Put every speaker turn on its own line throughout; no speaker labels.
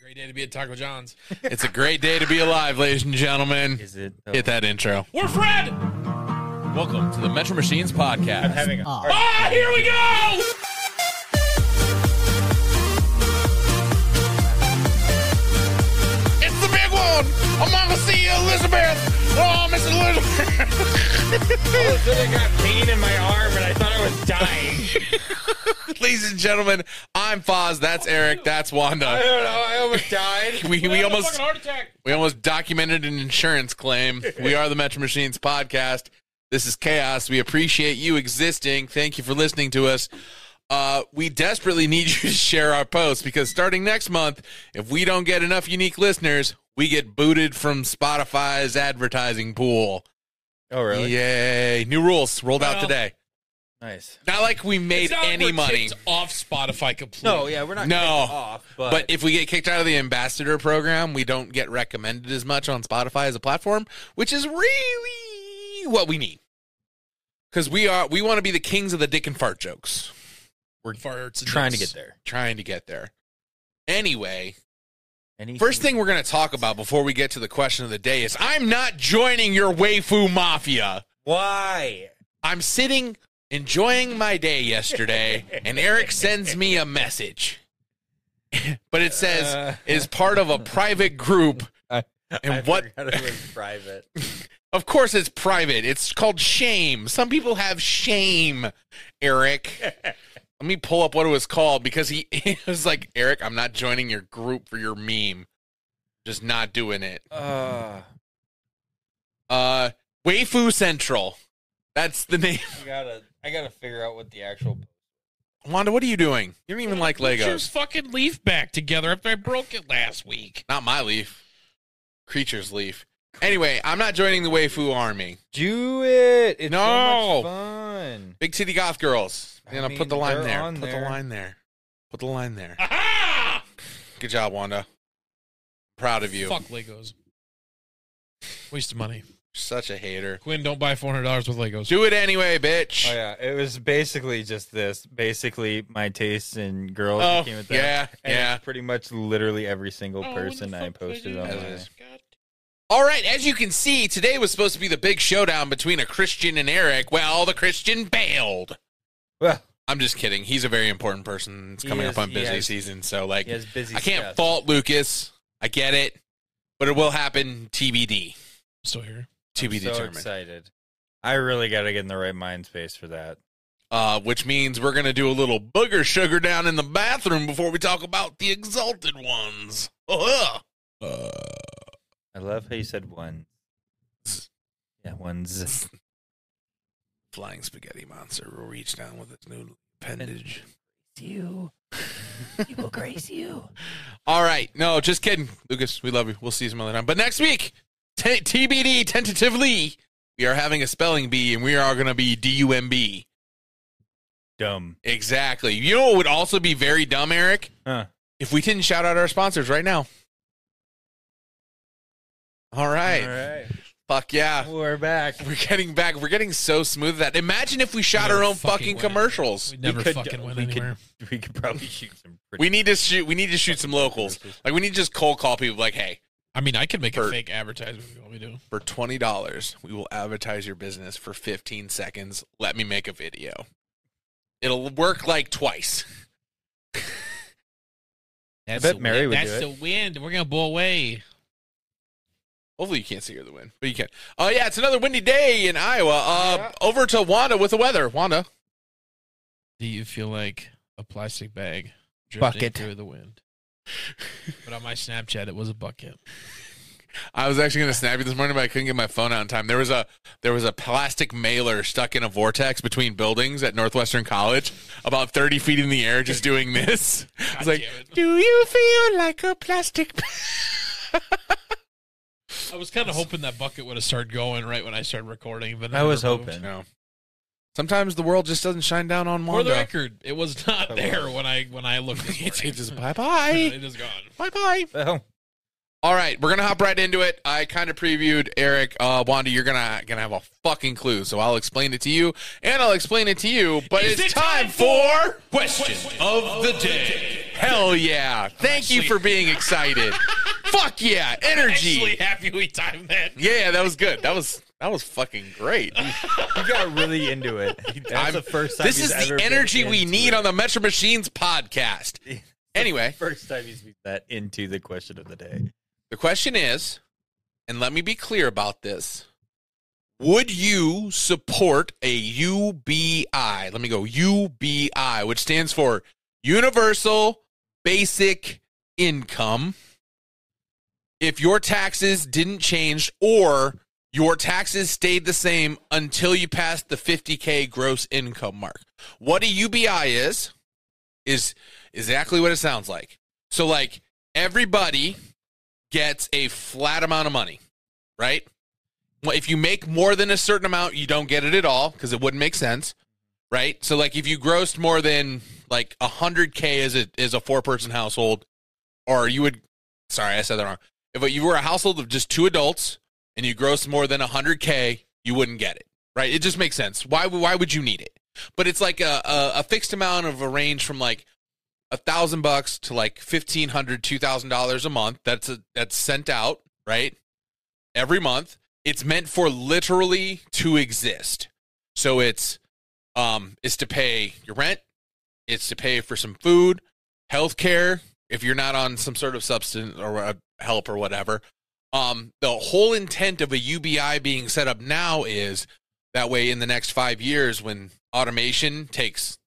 Great day to be at Taco John's.
It's a great day to be alive, ladies and gentlemen.
Is it? though?
Hit that intro.
We're Fred.
Welcome to the Metro Machines podcast.
I'm having a hard-
Ah, here we go.
it's the big one. I'm gonna see Elizabeth. Oh, Miss Elizabeth.
I literally got pain in my arm, and I thought I was dying.
ladies and gentlemen, I'm Foz. That's Eric. That's
I
Wanda.
don't know. I almost died.
We,
I
we
had a
almost
fucking heart attack.
we almost documented an insurance claim. We are the Metro Machines podcast. This is chaos. We appreciate you existing. Thank you for listening to us. Uh, we desperately need you to share our posts because starting next month, if we don't get enough unique listeners, we get booted from Spotify's advertising pool.
Oh really?
Yay! New rules rolled out
Well,
today.
Nice.
Not like we made
It's not like
any
we're
money.
kicked off Spotify completely.
No, yeah, we're not.
No.
getting off, but,
But if we get kicked out of the ambassador program, we don't get recommended as much on Spotify as a platform, which is really what we need. Because we are, we want to be the kings of the dick and fart jokes.
we're farts and
trying to
dicks.
get there.
Trying to get there. Anyway,
Any
first thing we're going to talk about before we get to the question of the day is I'm not joining your waifu mafia.
Why?
I'm sitting enjoying my day yesterday, and Eric sends me a message. but it says,
Uh.
is part of a private group. And
I
what
forgot it was private.
Of course, it's private. It's called shame. Some people have shame, Eric. Let me pull up what it was called because he it was like, Eric, I'm not joining your group for your meme. Just not doing it.
Uh,
Uh, Waifu Central. That's the name.
I gotta, I gotta figure out what the actual.
Wanda, what are you doing? You don't even like
Put your
Legos.
fucking leaf back together after I broke it last week.
Not my leaf. Creature's leaf. Anyway, I'm not joining the Waifu army.
Do it. It's
No.
so much fun.
Big City Goth Girls.
I
You know, put
mean,
the line
they're
there.
on
Put the
there.
line there. Put the line there.
Aha!
Good job, Wanda. Proud of you.
Fuck Legos. Waste of money.
Such a hater.
Quinn, don't buy four hundred dollars worth of Legos.
Do it anyway, bitch.
Oh yeah, it was basically just this. Basically, my tastes in girls
Oh,
became a thing.
yeah,
And
yeah.
it's pretty much literally every single
Oh, when
person
the
I
fuck did
posted
do
on.
online.
this? God
All right, as you can see, today was supposed to be the big showdown between a Christian and Eric. Well, the Christian bailed.
Well,
I'm just kidding. He's a very important person. It's
He
coming up
is,
on
he
busy
has-
season, so like
he has busy.
I can't
stuff.
fault Lucas. I get it, but it will happen.
I'm
TBD.
still here.
To be
so
determined.
excited. I really got to get in the right mind space for that.
Uh, which means we're gonna do a little booger sugar down in the bathroom before we talk about the exalted ones. Ugh. Uh,
I love how you said one. Yeah, ones.
flying spaghetti monster will reach down with its new appendage.
You. He will grace you.
All right. No, just kidding. Lucas, we love you. We'll see you some other time. But next week, t- TBD, tentatively, we are having a spelling bee and we are going to be DUMB.
Dumb.
Exactly. You know what would also be very dumb, Eric?
Huh.
If we didn't shout out our sponsors right now. All right.
All right.
Fuck yeah.
We're back.
We're getting back. We're getting so smooth that imagine if we shot
Never
our own
fucking
fucking,
win.
commercials.
We never
could-
fucking went
we could-
anywhere.
We could probably shoot some pretty.
We need to shoot. We need to shoot some locals. Like we need to just cold call people. Like, hey,
I mean, I could make a
Bert.
fake advertisement if you want me to.
for twenty dollars, we will advertise your business for fifteen seconds. Let me make a video. It'll work like twice.
That's
bet
the
Mary
wind.
would do
That's
it.
the wind. We're gonna blow away.
Hopefully, you can't see her the wind, but you can. Oh yeah, it's another windy day in Iowa. Uh, over to Wanda with the weather. Wanda,
Do you feel like a plastic bag drifting
Bucket.
through the wind? but on my Snapchat, it was a bucket.
I was actually gonna snap you this morning, but I couldn't get my phone out in time. There was a there was a plastic mailer stuck in a vortex between buildings at Northwestern College, about thirty feet in the air, just doing this. I was
God
like,
damn it.
"Do you feel like a plastic?"
I was kind of hoping that bucket would have started going right when I started recording, but it
I was
never moved.
hoping.
No. Sometimes the world just doesn't shine down on
For the
Wanda.
record, it was not there when I when I looked. This
It's
morning.
it's just bye bye.
it is gone.
Bye bye.
Well,
All right, we're gonna hop right into it. I kind of previewed Eric, uh, Wanda. You're gonna gonna have a fucking clue, so I'll explain it to you, and I'll explain it to you. But
Is
it's
it
time,
time Oh,
for question of the day. Hell yeah. Thank you
actually-
for being excited. Fuck yeah. Energy.
Actually, happy we timed that.
yeah, that was good. That was that was fucking great.
You got really into it. That's
I'm-
the first time.
This
he's
is the
ever been
energy we
into
need
it.
on the Metro Machines podcast. Anyway,
First time he's been that into the question of the day.
the question is, and let me be clear about this. Would you support a UBI? Let me go. UBI, which stands for Universal Basic Income. If your taxes didn't change or your taxes stayed the same until you passed the 50K gross income mark. What a UBI is, is exactly what it sounds like. So, like, everybody gets a flat amount of money, right? Well, if you make more than a certain amount, you don't get it at all because it wouldn't make sense, right? So like if you grossed more than like 100k as a as a four person household or you would sorry, I said that wrong. If you were a household of just two adults and you grossed more than 100k, you wouldn't get it, right? It just makes sense. Why would- why would you need it? But it's like a a, a fixed amount of a range from like a thousand bucks to like fifteen hundred, two thousand dollars a month. That's a, that's sent out right every month. It's meant for literally to exist. So it's um it's to pay your rent, it's to pay for some food, health care if you're not on some sort of substance or uh, help or whatever. Um, the whole intent of a UBI being set up now is that way in the next five years when automation takes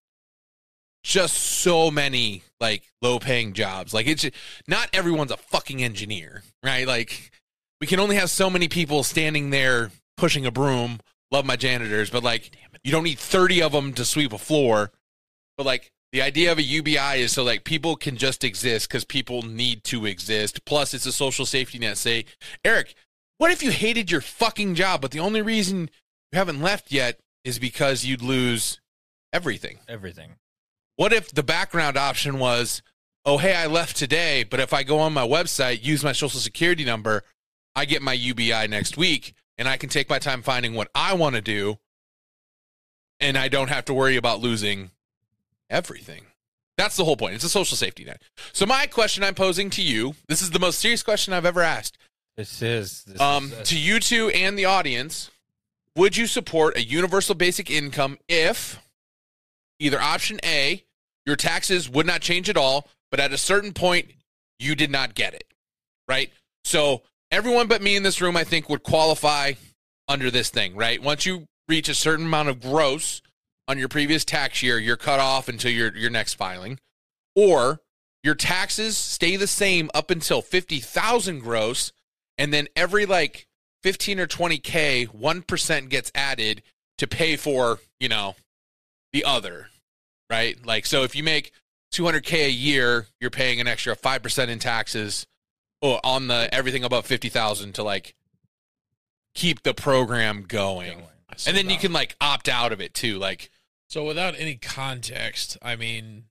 just so many like low paying jobs. Like it's not everyone's a fucking engineer, right? Like we can only have so many people standing there pushing a broom. Love my janitors, but like you don't need 30 of them to sweep a floor. But like the idea of a UBI is so like people can just exist cuz people need to exist. Plus it's a social safety net. Say, Eric, what if you hated your fucking job but the only reason you haven't left yet is because you'd lose everything?
Everything.
What if the background option was, oh, hey, I left today, but if I go on my website, use my social security number, I get my UBI next week and I can take my time finding what I want to do and I don't have to worry about losing everything. That's the whole point. It's a social safety net. So, my question I'm posing to you this is the most serious question I've ever asked
This is. This
um, to you two and the audience, would you support a universal basic income if either option A, your taxes would not change at all, but at a certain point, you did not get it, right? So everyone but me in this room, I think, would qualify under this thing, right? Once you reach a certain amount of gross on your previous tax year, you're cut off until your, your next filing. Or your taxes stay the same up until 50,000 gross and then every like 15 or 20k 1% gets added to pay for you know the other right like so if you make 200k a year you're paying an extra 5% in taxes oh, on the everything above 50000 to like keep the program going and then you can like opt out of it too like
So without any context, I mean,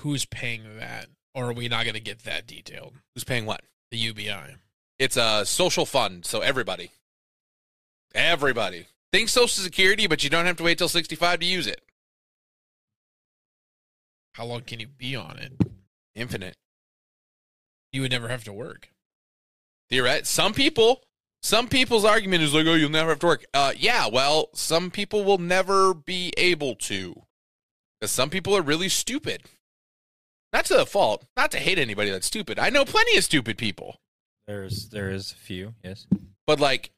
who's paying that? Or are we not going to get that detailed?
who's paying what
The UBI.
it's a social fund so everybody everybody think social security but you don't have to wait till 65 to use it
How long can you be on it?
infinite
You would never have to work.
Theoret- some people, some people's argument is like, oh, you'll never have to work. Uh, yeah, well, some people will never be able to. 'Cause some people are really stupid. Not to the fault, not to hate anybody that's stupid. I know plenty of stupid people,
There's there is a few. Yes.
but like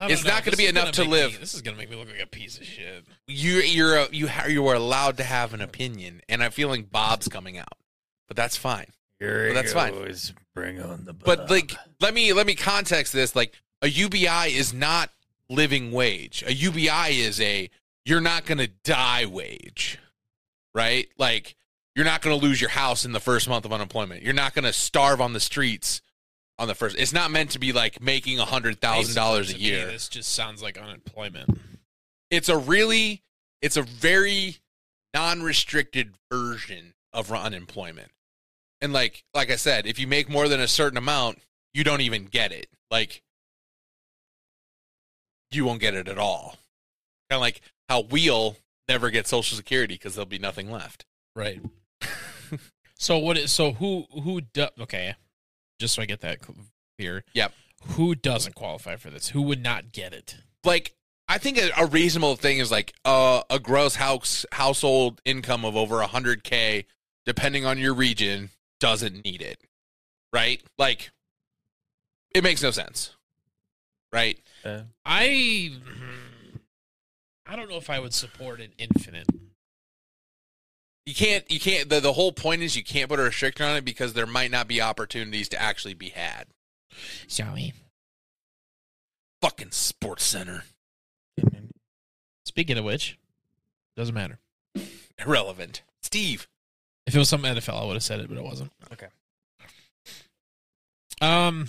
I don't
It's
know.
not gonna
This
be
is
enough
gonna
to
make
live.
me- this is going to make me look like a piece of shit.
you, you're a, you ha- you are allowed to have an opinion, and I'm feeling Bob's coming out, but that's fine.
Here
But that's fine.
goes. Bring on the.
but
Bob.
like let me let me context this like a ubi is not living wage a ubi is a you're not gonna die wage right like you're not gonna lose your house in the first month of unemployment you're not gonna starve on the streets on the first it's not meant to be like making a hundred thousand dollars a
Basically, to me,
year
this just sounds like unemployment.
it's a really it's a very non-restricted version of unemployment and like like i said if you make more than a certain amount you don't even get it like you won't get it at all kind of like how we'll never get social security because there'll be nothing left
Right. So what is so who who do, okay? Just so I get that cl- clear.
Yep.
Who doesn't qualify for this? Who would not get it?
Like I think a, a reasonable thing is like uh, a gross house household income of over 100k depending on your region doesn't need it. Right? Like it makes no sense. Right?
Uh,
I hmm, I don't know if I would support an infinite.
You can't you can't the, the whole point is you can't put a restriction on it because there might not be opportunities to actually be had.
Sorry.
Fucking sports center.
Speaking of which, doesn't matter.
Irrelevant. Steve.
If it was some NFL, I would have said it, but it wasn't.
Okay.
Um,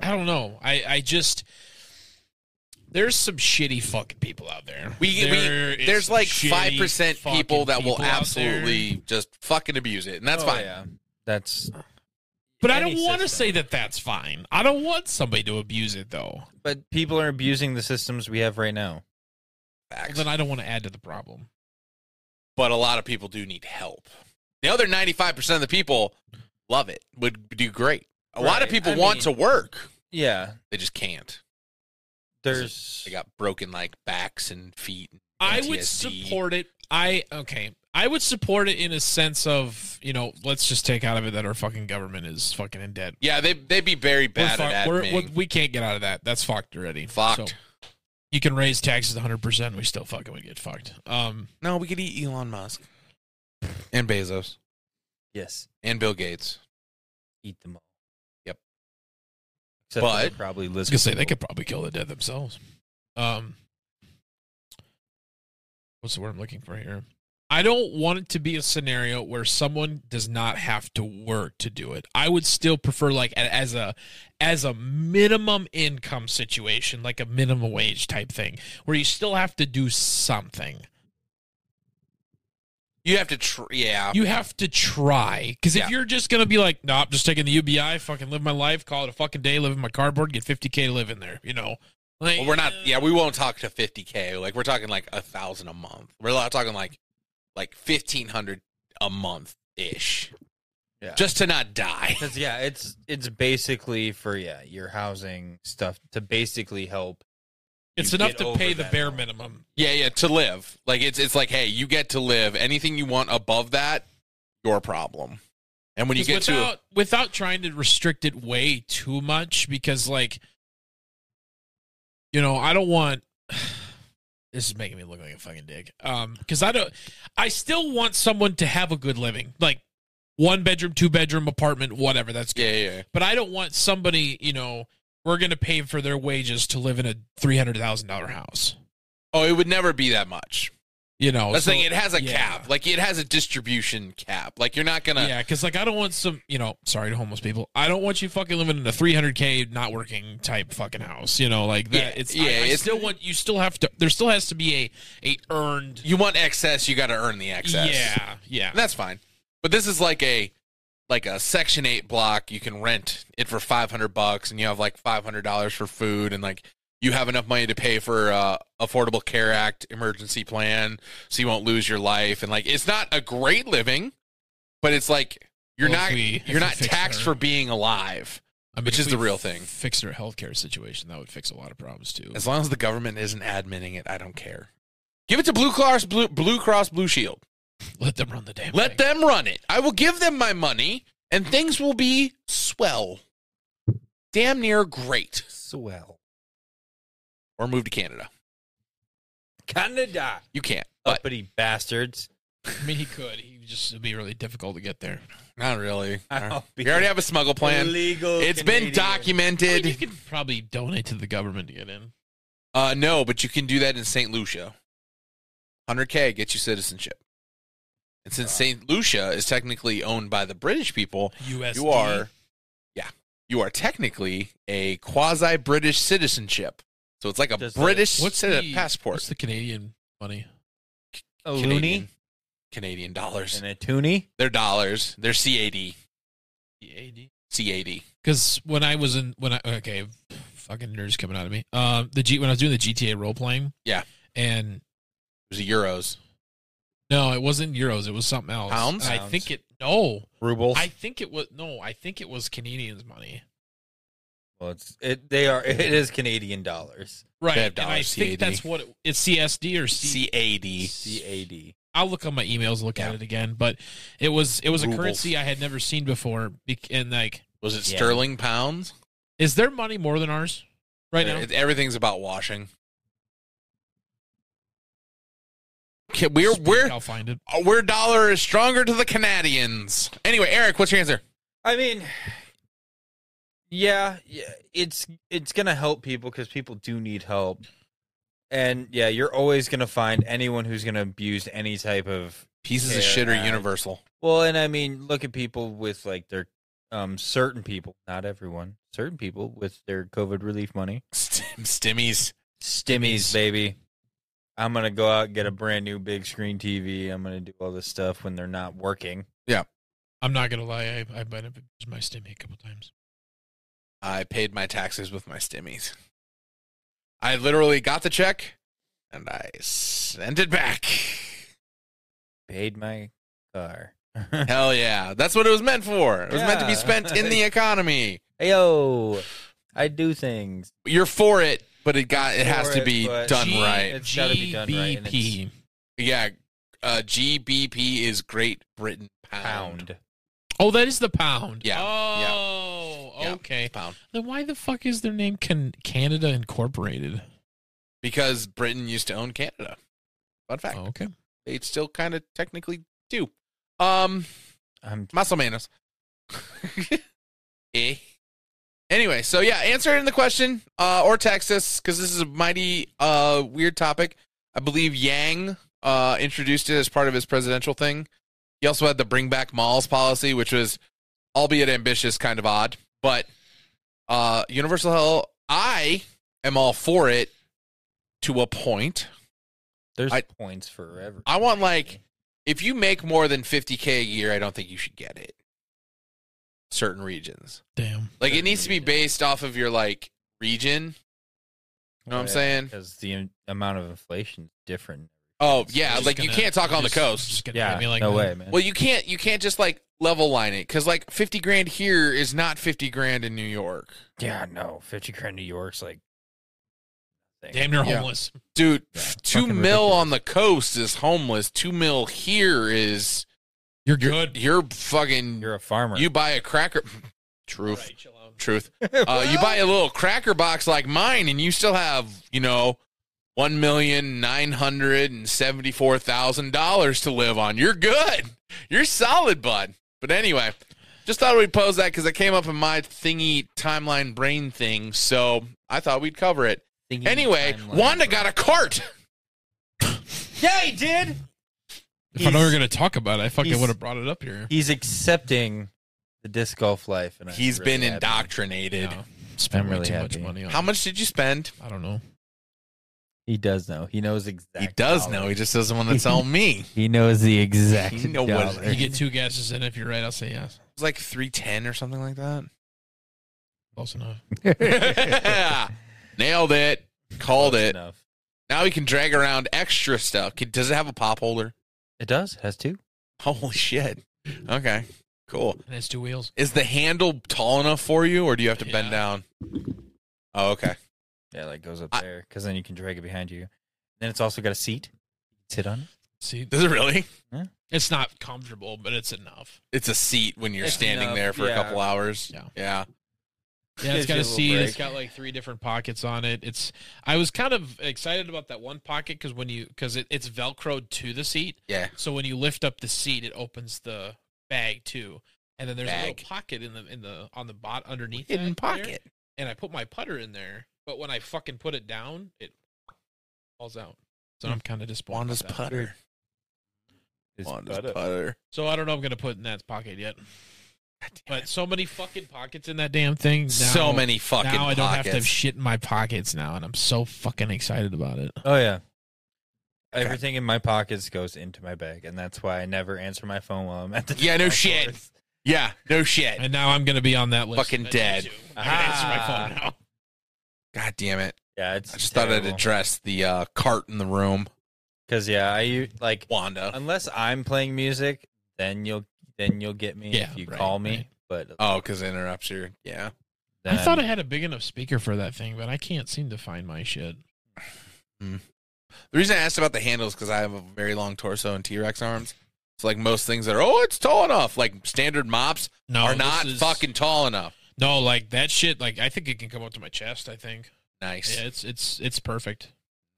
I don't know. I I just there's some shitty fucking people out there.
We- we-
is
There's
some
like
shitty
five percent
fucking
people that will
people out
absolutely just fucking abuse it, and that's
oh,
fine.
Yeah. That's
Uh,
But I
any
don't want to
system.
say that that's fine. I don't want somebody to abuse it though.
but people are abusing the systems we have right now.
Facts.
Then I don't want to add to the problem.
but a lot of people do need help. The other 95 percent of the people love it, would do great. A lot of
Right.
people
I
want
mean-
to work,
Yeah.
they just can't.
There's
They got broken like backs and feet. and
I would
PTSD.
support it. I okay. I would support it in a sense of you know, let's just take out of it that our fucking government is fucking in debt.
Yeah, they they'd be very
We're
bad
fuck-
at
we're-
admin.
we're- we can't get out of that. That's fucked already.
Fucked.
So, you can raise taxes 100. percent We still fucking would get fucked. Um,
no, we could eat Elon Musk and Bezos
yes,
and Bill Gates.
eat them all.
Yep.
Except
But-
they're probably
I was
list.
gonna say they could probably kill the dead themselves. Um, what's the word I'm looking for here? I don't want it to be a scenario where someone does not have to work to do it. I would still prefer like a- as a as a minimum income situation, like a minimum wage type thing, where you still have to do something.
You have to, tr- yeah.
You have to try. Because if
Yeah.
you're just gonna be like, nah, I'm just taking the UBI, fucking live my life, call it a fucking day, live in my cardboard, get 50k to live in there, you know. Like,
Well, we're not. Yeah, we won't talk to 50k. Like we're talking like a thousand a month. We're not talking like like 1500 a month ish.
Yeah.
Just to not die.
Because yeah, it's it's basically for yeah your housing stuff to basically help.
It's
you
enough
get
to
over
pay the
that
bare
hump.
minimum.
Yeah, yeah. To live. Like it's it's like hey, you get to live. Anything you want above that, your problem. And when you
'Cause
get
without, without trying to restrict it way too much, because like, you know, I don't want. This is making me look like a fucking dick. Um, because I don't, I still want someone to have a good living, like one bedroom, two bedroom apartment, whatever. That's
to
good.
yeah, yeah, yeah.
But I don't want somebody, you know, we're gonna pay for their wages to live in a three hundred thousand dollar house.
Oh, it would never be that much.
You know,
That's the
Oh, so-
thing. It has a
yeah.
cap. Like it has a distribution cap. Like you're not gonna.
Yeah, because like I don't want some, you know, sorry to homeless people. I don't want you fucking living in a 300k not working type fucking house. You know, like that.
Yeah,
it's
yeah,
I, I
it's-
still want you still have to. There still has to be a a earned.
You want excess. You got to earn the excess.
Yeah, yeah.
And that's fine. But this is like a like a section 8 block you can rent it for 500 bucks and you have like $500 for food and like you have enough money to pay for uh affordable care act emergency plan so you won't lose your life and like it's not a great living but it's like you're
Well, if
not
we- if
you're
we
not
fix
taxed
our-
for being alive
I mean,
which
if
is the
we
real thing.
Fix their healthcare situation. That would fix a lot of problems too.
as long as the government isn't admitting it I don't care give it to blue cross blue, blue cross blue shield
Let them run the damn.
Let them run it. I will give them my money, and things will be swell. Damn near great.
Swell.
Or move to Canada.
Canada.
You can't. But
Uppity bastards.
them. I mean, he could. He would just it'd be really difficult to get there.
not really.
I'll
We
be
already have a smuggle plan.
Illegal.
It's been
Canadian.
I mean, you
documented.
could probably donate to the government to get in.
Uh, no, but you can do that in St. Lucia. 100K gets you citizenship. And since St. Lucia is technically owned by the British people,
USD.
you are, yeah, you are technically a quasi British citizenship. So it's like a
Does the-
British
What's
citi-
the
passport.
What's the Canadian money?
A
Canadian-
loony
Canadian dollars.
and a toonie.
They're dollars. They're CAD. E
EAD.
CAD.
Because when I was in, when I okay, fucking nerds coming out of me. Uh, Um, the G when I was doing the GTA role playing,
Yeah.
and
It was euros.
No, it wasn't euros. It was something else.
Pounds?
And I
Pounds.
think it. No,
Rubles.
I think it was no. I think it was Canadians money.
well, it's it. They are. It is Canadian dollars.
Right.
They have
And I
dollars,
think
CAD.
that's what it, it's CSD or C.
CAD.
CAD.
I'll look on my emails, look at
Yeah.
it again. But it was it was a
Rubles.
currency I had never seen before. bec- And like,
Was it
Yeah.
sterling pounds?
is their money more than ours right now?
It- everything's about washing. Okay, we're
Speak,
we're
I'll find it.
uh, we're dollar is stronger to the Canadians. Anyway, Eric, what's your answer?
I mean, yeah, yeah, it's it's gonna help people because people do need help, and yeah, you're always gonna find anyone who's gonna abuse any type of
Pieces
Fair
of shit are
ass.
universal.
well, and I mean, look at people with like their um certain people, not everyone, certain people with their COVID relief money,
Stim, stimmies.
stimmies, baby. I'm gonna go out and get a brand new big screen TV. I'm gonna do all this stuff when they're not working.
I'm not gonna lie. I, I might have used my stimmy a couple times.
I paid my taxes with my stimmies. I literally got the check and I sent it back.
Paid my car.
Hell yeah. That's what it was meant for. It was meant to be
Yeah.
spent in the economy.
Yo, I do things.
You're for it, but it got it has
For
to
it,
be
but-
done
G-
right.
It's gotta be done right, and
GBP.
Yeah. Uh, GBP is Great Britain pound.
Pound.
Oh, that is the pound.
Yeah, yeah,
Oh,
yeah.
okay.
Pound.
Then why the fuck is their name Can- Canada Incorporated?
Because Britain used to own Canada. Fun fact.
Oh, okay.
They still kind of technically do. Um,
I'm
Más o menos. eh. Anyway, so yeah, answer in the question uh, or text us because this is a mighty uh, weird topic. I believe Yang uh, introduced it as part of his presidential thing. He also had the bring back malls policy, which was, albeit ambitious, kind of odd. But uh, universal health, I am all for it to a point.
There's
I-
points forever.
I want, like- if you make more than 50k a year, I don't think you should get it. Certain regions.
Damn.
Like it
Certain
needs to be
regions.
based off of your like region. You know what I'm saying?
because the in- amount of inflation is different.
Oh, yeah,
Just
like you
gonna-
can't talk on the
just-
coast.
just gonna
Yeah,
hit me like
no
that.
way, man.
Well, you can't you can't just like level line it cuz like 50 grand here is not 50 grand in New York.
yeah, no, fifty grand New York's like
Damn near
Yeah.
homeless.
Dude,
Yeah,
f- 2
fucking
mil
ridiculous.
on the coast is homeless. 2 mil here is
You're
you're,
good.
you're fucking
You're a farmer.
you buy a cracker truth.
Right, chill out.
Truth. uh, you buy a little cracker box like mine, and you still have, you know, one million nine hundred and seventy-four thousand dollars to live on. You're good. You're solid, bud. But anyway, just thought we'd pose that because it came up in my thingy timeline brain thing, so I thought we'd cover it.
Thinking
Anyway,
timeline.
Wanda got a cart.
Yeah, he did.
If I know we
He's-
were gonna talk about it, I fucking
he's-
would have brought it up here.
He's accepting the disc golf life, and
He's
he's really
been
happy.
indoctrinated.
No, spent
I'm
way
really
too much
happy.
money on.
How
it.
much did you spend?
I don't know.
He does know. He knows exactly.
He does know. He just doesn't want to tell me.
He knows the exact.
He know what-
dollar.
You get two guesses, and if you're right, I'll say yes.
It's like three ten or something like that.
Close enough.
Nailed it. Called
Close
it.
enough.
Now he can drag around extra stuff. Can- Does it have a pop holder?
It does. It has two.
Holy shit. Okay. Cool.
And it's two wheels.
Is the handle tall enough for you or do you have to bend
Yeah.
down? Oh, okay.
Yeah, like goes up
I-
there because then you can drag it behind you. Then it's also got a seat. Sit on it.
See,
Does it really?
it's not comfortable, but it's enough.
It's a seat when you're
It's
standing
enough,
there for a
yeah.
couple hours.
Yeah.
Yeah.
Yeah,
Gives
it's got
you
a
a little
seat. It's
break.
got like three different pockets on it. It's. I was kind of excited about that one pocket because when you because it, it's velcroed to the seat,
Yeah.
so when you lift up the seat, it opens the bag too, and then there's a
Bag.
little pocket in the in the on the bot underneath
Hidden
that there,
pocket.
and I put my putter in there, but when I fucking put it down, it falls out. So I'm kind of disappointed.
Hmm. Wanda's
about that.
putter.
It's
Wanda's
butt up.
putter.
So I don't know. if I'm gonna put in that pocket yet, but so many fucking pockets in that damn thing. Now,
so many fucking
Now I don't have to have
pockets.
shit in my pockets now, and I'm so fucking excited about it.
Oh yeah.
Okay.
Everything in my pockets goes into my bag, and that's why I never answer my phone while I'm at the
Yeah, no
golf
shit.
course.
yeah. No shit.
And now I'm gonna be on that list.
Fucking
I
dead.
need to. I'm gonna answer my
Ah.
phone now.
God damn it.
Yeah, it's.
I just thought I'd
terrible.
address the uh, cart in the room.
Because yeah, I u- like
Wanda.
unless I'm playing music, then you'll then you'll get me
Yeah,
if you
right,
call me.
right.
But
Oh, because it interrupts your yeah.
I
then,
thought I had a big enough speaker for that thing, but I can't seem to find my shit.
The reason I asked about the handles because I have a very long torso and T Rex arms. So like most things that are oh it's tall enough like standard mops
No,
are
Oh, this
not
is-
fucking tall enough.
No, like that shit. Like I think it can come up to my chest. I think.
Nice,
Yeah, it's it's it's perfect.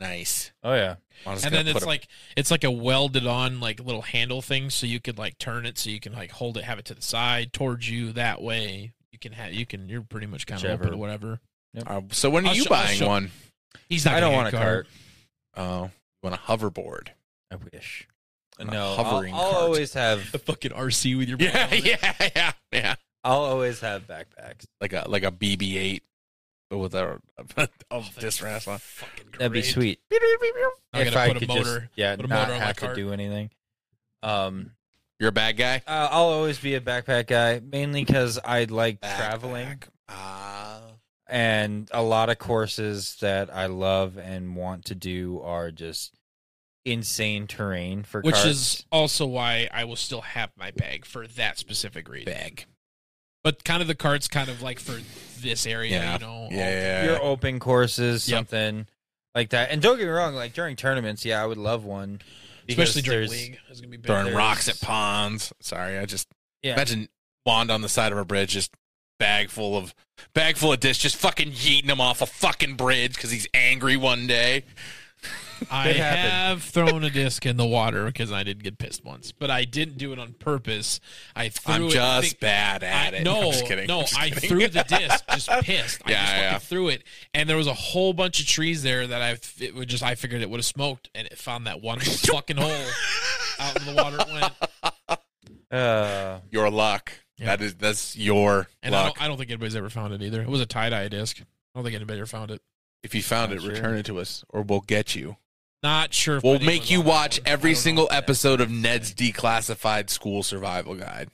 nice.
oh yeah,
I'm just
and
gonna
then
put
it's
a-
like it's like a welded on like little handle thing, so you could like turn it, so you can like hold it, have it to the side towards you. That way, you can have you can you're pretty much kind of open
Whichever.
to whatever.
Uh, so when are
I'll
you
show- I'll
buying
show-
one?
He's not.
I
gonna
don't
get
want a cart.
Oh, you want a hoverboard?
I wish.
And a
No, I'll,
hovering
I'll
cart.
always
The
have
fucking RC with your
Yeah, yeah, yeah, yeah.
I'll always have backpacks.
Like a like a BB-8, but with a of this wrestling.
Fucking
That'd be
great.
sweet.
I
if
gotta
I
put a
could
motor.
just yeah,
put a
not
motor on my
have to
cart.
do anything. Um,
You're a bad guy.
uh, I'll always be a backpack guy, mainly because I like traveling
Backpack. Ah,
and a lot of courses that I love and want to do are just insane terrain for
Which
carts.
is also why I will still have my bag for that specific reason.
bag.
But kind of the cart's kind of like for this area,
Yeah.
you know.
Yeah, yeah,
your
yeah.
open courses,
Yep.
something like that. And don't get me wrong, like during tournaments, yeah, I would love one, because
Especially during
there's-
league, it's gonna be big.
throwing
There's-
rocks at ponds. Sorry, I just
Yeah.
imagine wand on the side of a bridge, just bag full of bag full of discs, just fucking yeeting him off a fucking bridge because he's angry one day.
I
It happened.
have thrown a disc in the water because I did get pissed once, but I didn't do it on purpose. I threw
I'm
it
just
think-
bad at
I-
it.
No,
I'm just kidding.
no,
I'm just
I
kidding.
threw the disc just pissed. I
Yeah,
just fucking
yeah.
threw it, and there was a whole bunch of trees there that I f- it would just I figured it would have smoked, and it found that one fucking hole out in the water it went.
Uh,
your luck.
Yeah.
That is that's your
And I
luck.
don't, I don't think anybody's ever found it either. It was a tie dye disc. I don't think anybody ever found it.
If you found
Not
it,
sure.
return it to us, or we'll get you.
Not sure. If my
We'll
name
make
was
you
on that
watch
one. I
every
don't know.
single episode of Ned's Declassified School Survival Guide.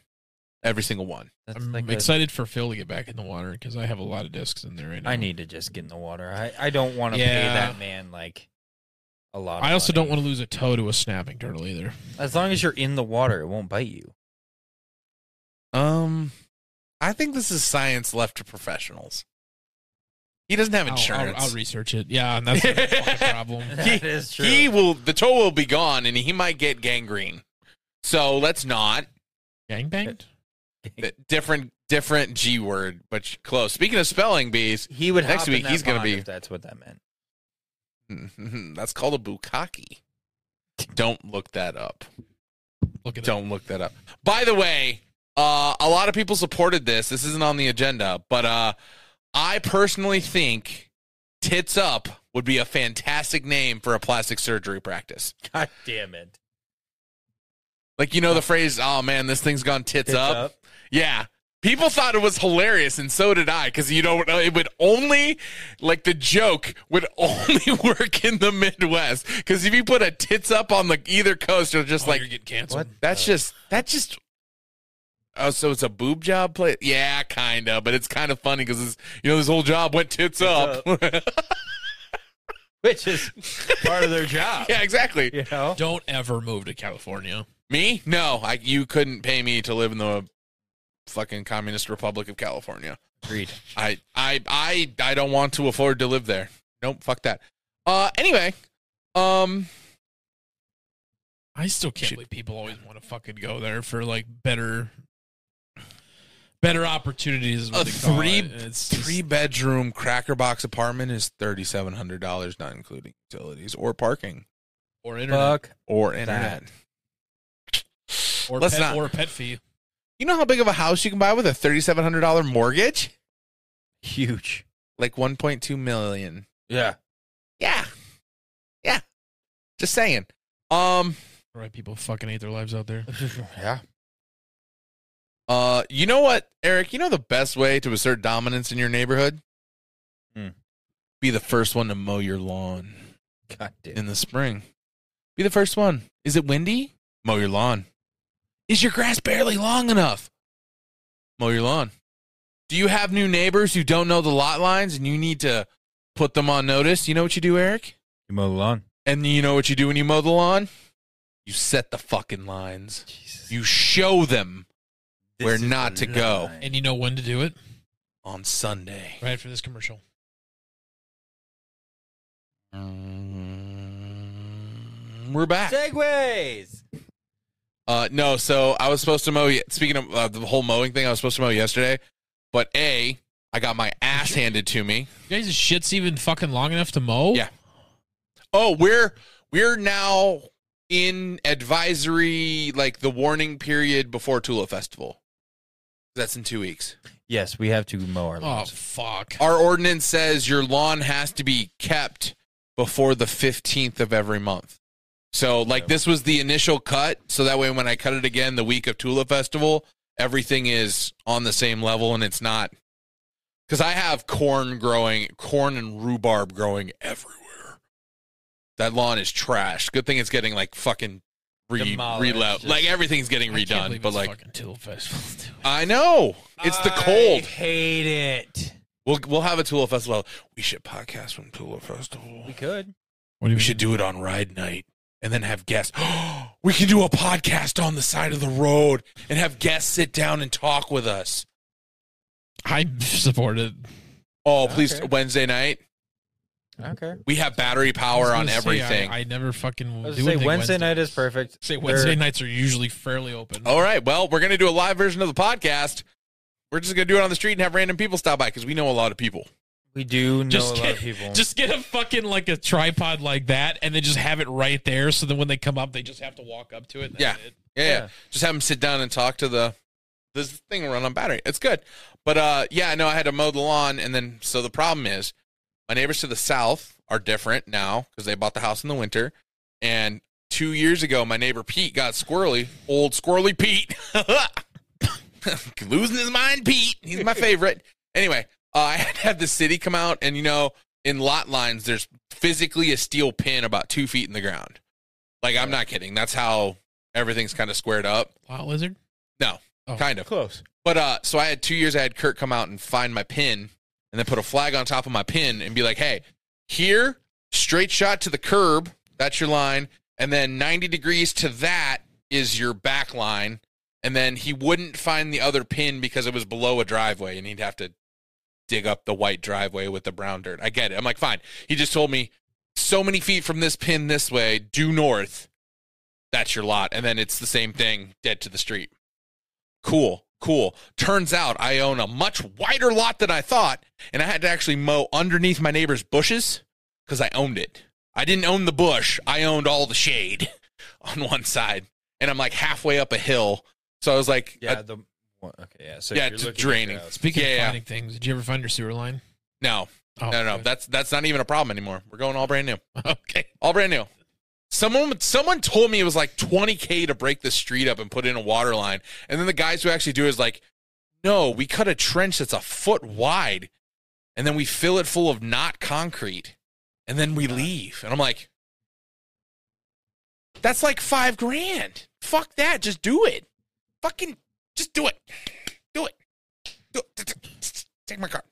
Every single one.
that's
I'm
like a-
excited for Phil to get back in the water because I have a lot of discs in there right now.
I need to just get in the water. I, I don't want to pay
Yeah.
that man like a lot. Of
I also don't
money.
want to lose a toe to a snapping turtle either.
As long as you're in the water, it won't bite you.
Um, I think this is science left to professionals. He doesn't have
I'll- I'll,
insurance.
I'll research it. Yeah, and that's the fucking problem.
That is true.
He will. The toe will be gone, and he might get gangrene. So let's not.
Gang banged?
Th- Different, different G word, but close. Speaking of spelling bees,
he would
Next
hop in
week,
that
he's gonna
pond
be-
If that's what that meant.
that's called a bukkake. Don't look that up.
Look at that.
Don't look that up. By the way, uh, a lot of people supported this. This isn't on the agenda, but uh, I personally think Tits Up would be a fantastic name for a plastic surgery practice.
God damn it!
Like, you know, the phrase, oh man, this thing's gone tits, up. Yeah. People thought it was hilarious, and so did I, because you know it would only like the joke would only work in the Midwest. Because if you put a tits up on the either coast, you're just
Oh,
like
you're getting canceled.
What?
That's just that's just. Oh, so it's a boob job play? Yeah, kind of, but it's kind of funny because you know this whole job went tits, up.
Which is part of their job.
yeah, exactly.
You know.
Don't ever move to California.
Me? No, I you couldn't pay me to live in the fucking communist republic of California.
Agreed.
I I I I don't want to afford to live there. Nope, fuck that. Uh, anyway, um,
I still can't
Shoot.
believe people always want to fucking go there for like better, better opportunities. is what
a
they call
three
it. It's just-
three bedroom cracker box apartment is thirty seven hundred dollars, not including utilities or parking
or internet
Fuck.
or
That.
internet.
or
Let's
pet,
not-
or a pet fee.
You know how big of a house you can buy with a thirty-seven hundred dollar mortgage?
Huge.
Like one point two million.
Yeah.
Yeah, yeah. Just saying. Um,
Right? People fucking hate their lives out there.
yeah.
uh, you know what, Eric? You know the best way to assert dominance in your neighborhood?
Hmm.
Be the first one to mow your lawn
God damn.
in the spring. Be the first one. Is it windy? Mow your lawn. Is your grass barely long enough? Mow your lawn. Do you have new neighbors who don't know the lot lines and you need to put them on notice? You know what you do, Eric?
You mow the lawn.
And you know what you do when you mow the lawn? You set the fucking lines.
Jesus.
You show them
This
where
is
not to
the
go.
line.
And you know when to do it?
on Sunday.
Right after this commercial.
Mm, We're back.
Segways.
Uh, no, so I was supposed to mow. ye- Speaking of uh, the whole mowing thing, I was supposed to mow yesterday, but a I got my ass handed to me.
You guys' shit's even fucking long enough to mow?
Yeah. Oh, we're we're now in advisory, like the warning period before Tula Festival. That's in two weks.
Yes, we have to mow our
Oh,
lawns.
fuck.
Our ordinance says your lawn has to be kept before the 15th of every month. So, like, this was the initial cut. So that way, when I cut it again the week of Tula Festival, everything is on the same level and it's not. Because I have corn growing, corn and rhubarb growing everywhere. That lawn is trash. Good thing it's getting, like, fucking re,
Demolished.
reload. Like, everything's getting
I can't
redone.
believe
But,
it's
like,
fucking Tool Festival. dude.
I know. It's the cold.
I hate it.
We'll we'll have a Tula festival. We should podcast from Tula festival.
We could.
What do
We should do it on ride night and then have guests. we can do a podcast on the side of the road and have guests sit down and talk with us.
I support it.
Oh, please
Okay.
Wednesday night.
Okay.
We have battery
I was
power
gonna
on
say,
everything.
I, I never fucking
I was
do
gonna say
anything
Wednesday, night is perfect.
Say
They're-
Wednesday nights are usually fairly open.
All right. Well, we're gonna do a live version of the podcast. We're just gonna do it on the street and have random people stop by because we know a lot of people.
We do know
Just
a lot
get-
of people.
Just get a fucking like a tripod like that, and then just have it right there. So then when they come up, they just have to walk up to it. and that's it.
Yeah, yeah.
Yeah.
Just have them sit down and talk to the this thing will run on battery. It's good. But uh yeah, I know I had to mow the lawn and then so the problem is my neighbors to the south are different now because they bought the house in the winter. And two years ago my neighbor Pete got squirrely, old squirrely Pete. Losing his mind, Pete. He's my favorite. anyway, uh, I had to have the city come out and you know, in lot lines there's physically a steel pin about two feet in the ground. Like I'm not kidding. That's how everything's kind of squared up.
Lot lizard. Oh.
Kind of.
close.
But uh, so I had two years. I had Kurt come out and find my pin, and then put a flag on top of my pin and be like, "Hey, here, straight shot to the curb. That's your line, and then 90 degrees to that is your back line." And then he wouldn't find the other pin because it was below a driveway, and he'd have to dig up the white driveway with the brown dirt. I get it. I'm like, fine. He just told me so many feet from this pin this way, due north. That's your lot, and then it's the same thing, dead to the street. Cool, cool. Turns out I own a much wider lot than I thought, and I had to actually mow underneath my neighbor's bushes because I owned it. I didn't own the bush, I owned all the shade on one side, and I'm like halfway up a hill. So I was like,
Yeah.
uh,
the one, okay. Yeah. So
Yeah,
you're
just
looking at
draining.
your house.
Speaking
Yeah,
of
yeah.
finding things, did you ever find your sewer line?
no,
Oh,
no, no,
good.
that's that's not even a problem anymore. We're going all brand new,
okay.
all brand new. Someone someone told me it was like 20k to break the street up and put in a water line, and then the guys who actually do it is like, no, we cut a trench that's a foot wide, and then we fill it full of not concrete, and then we leave. And I'm like, that's like five grand. Fuck that. Just do it. Fucking just do it. Do it. Do it. Take my car.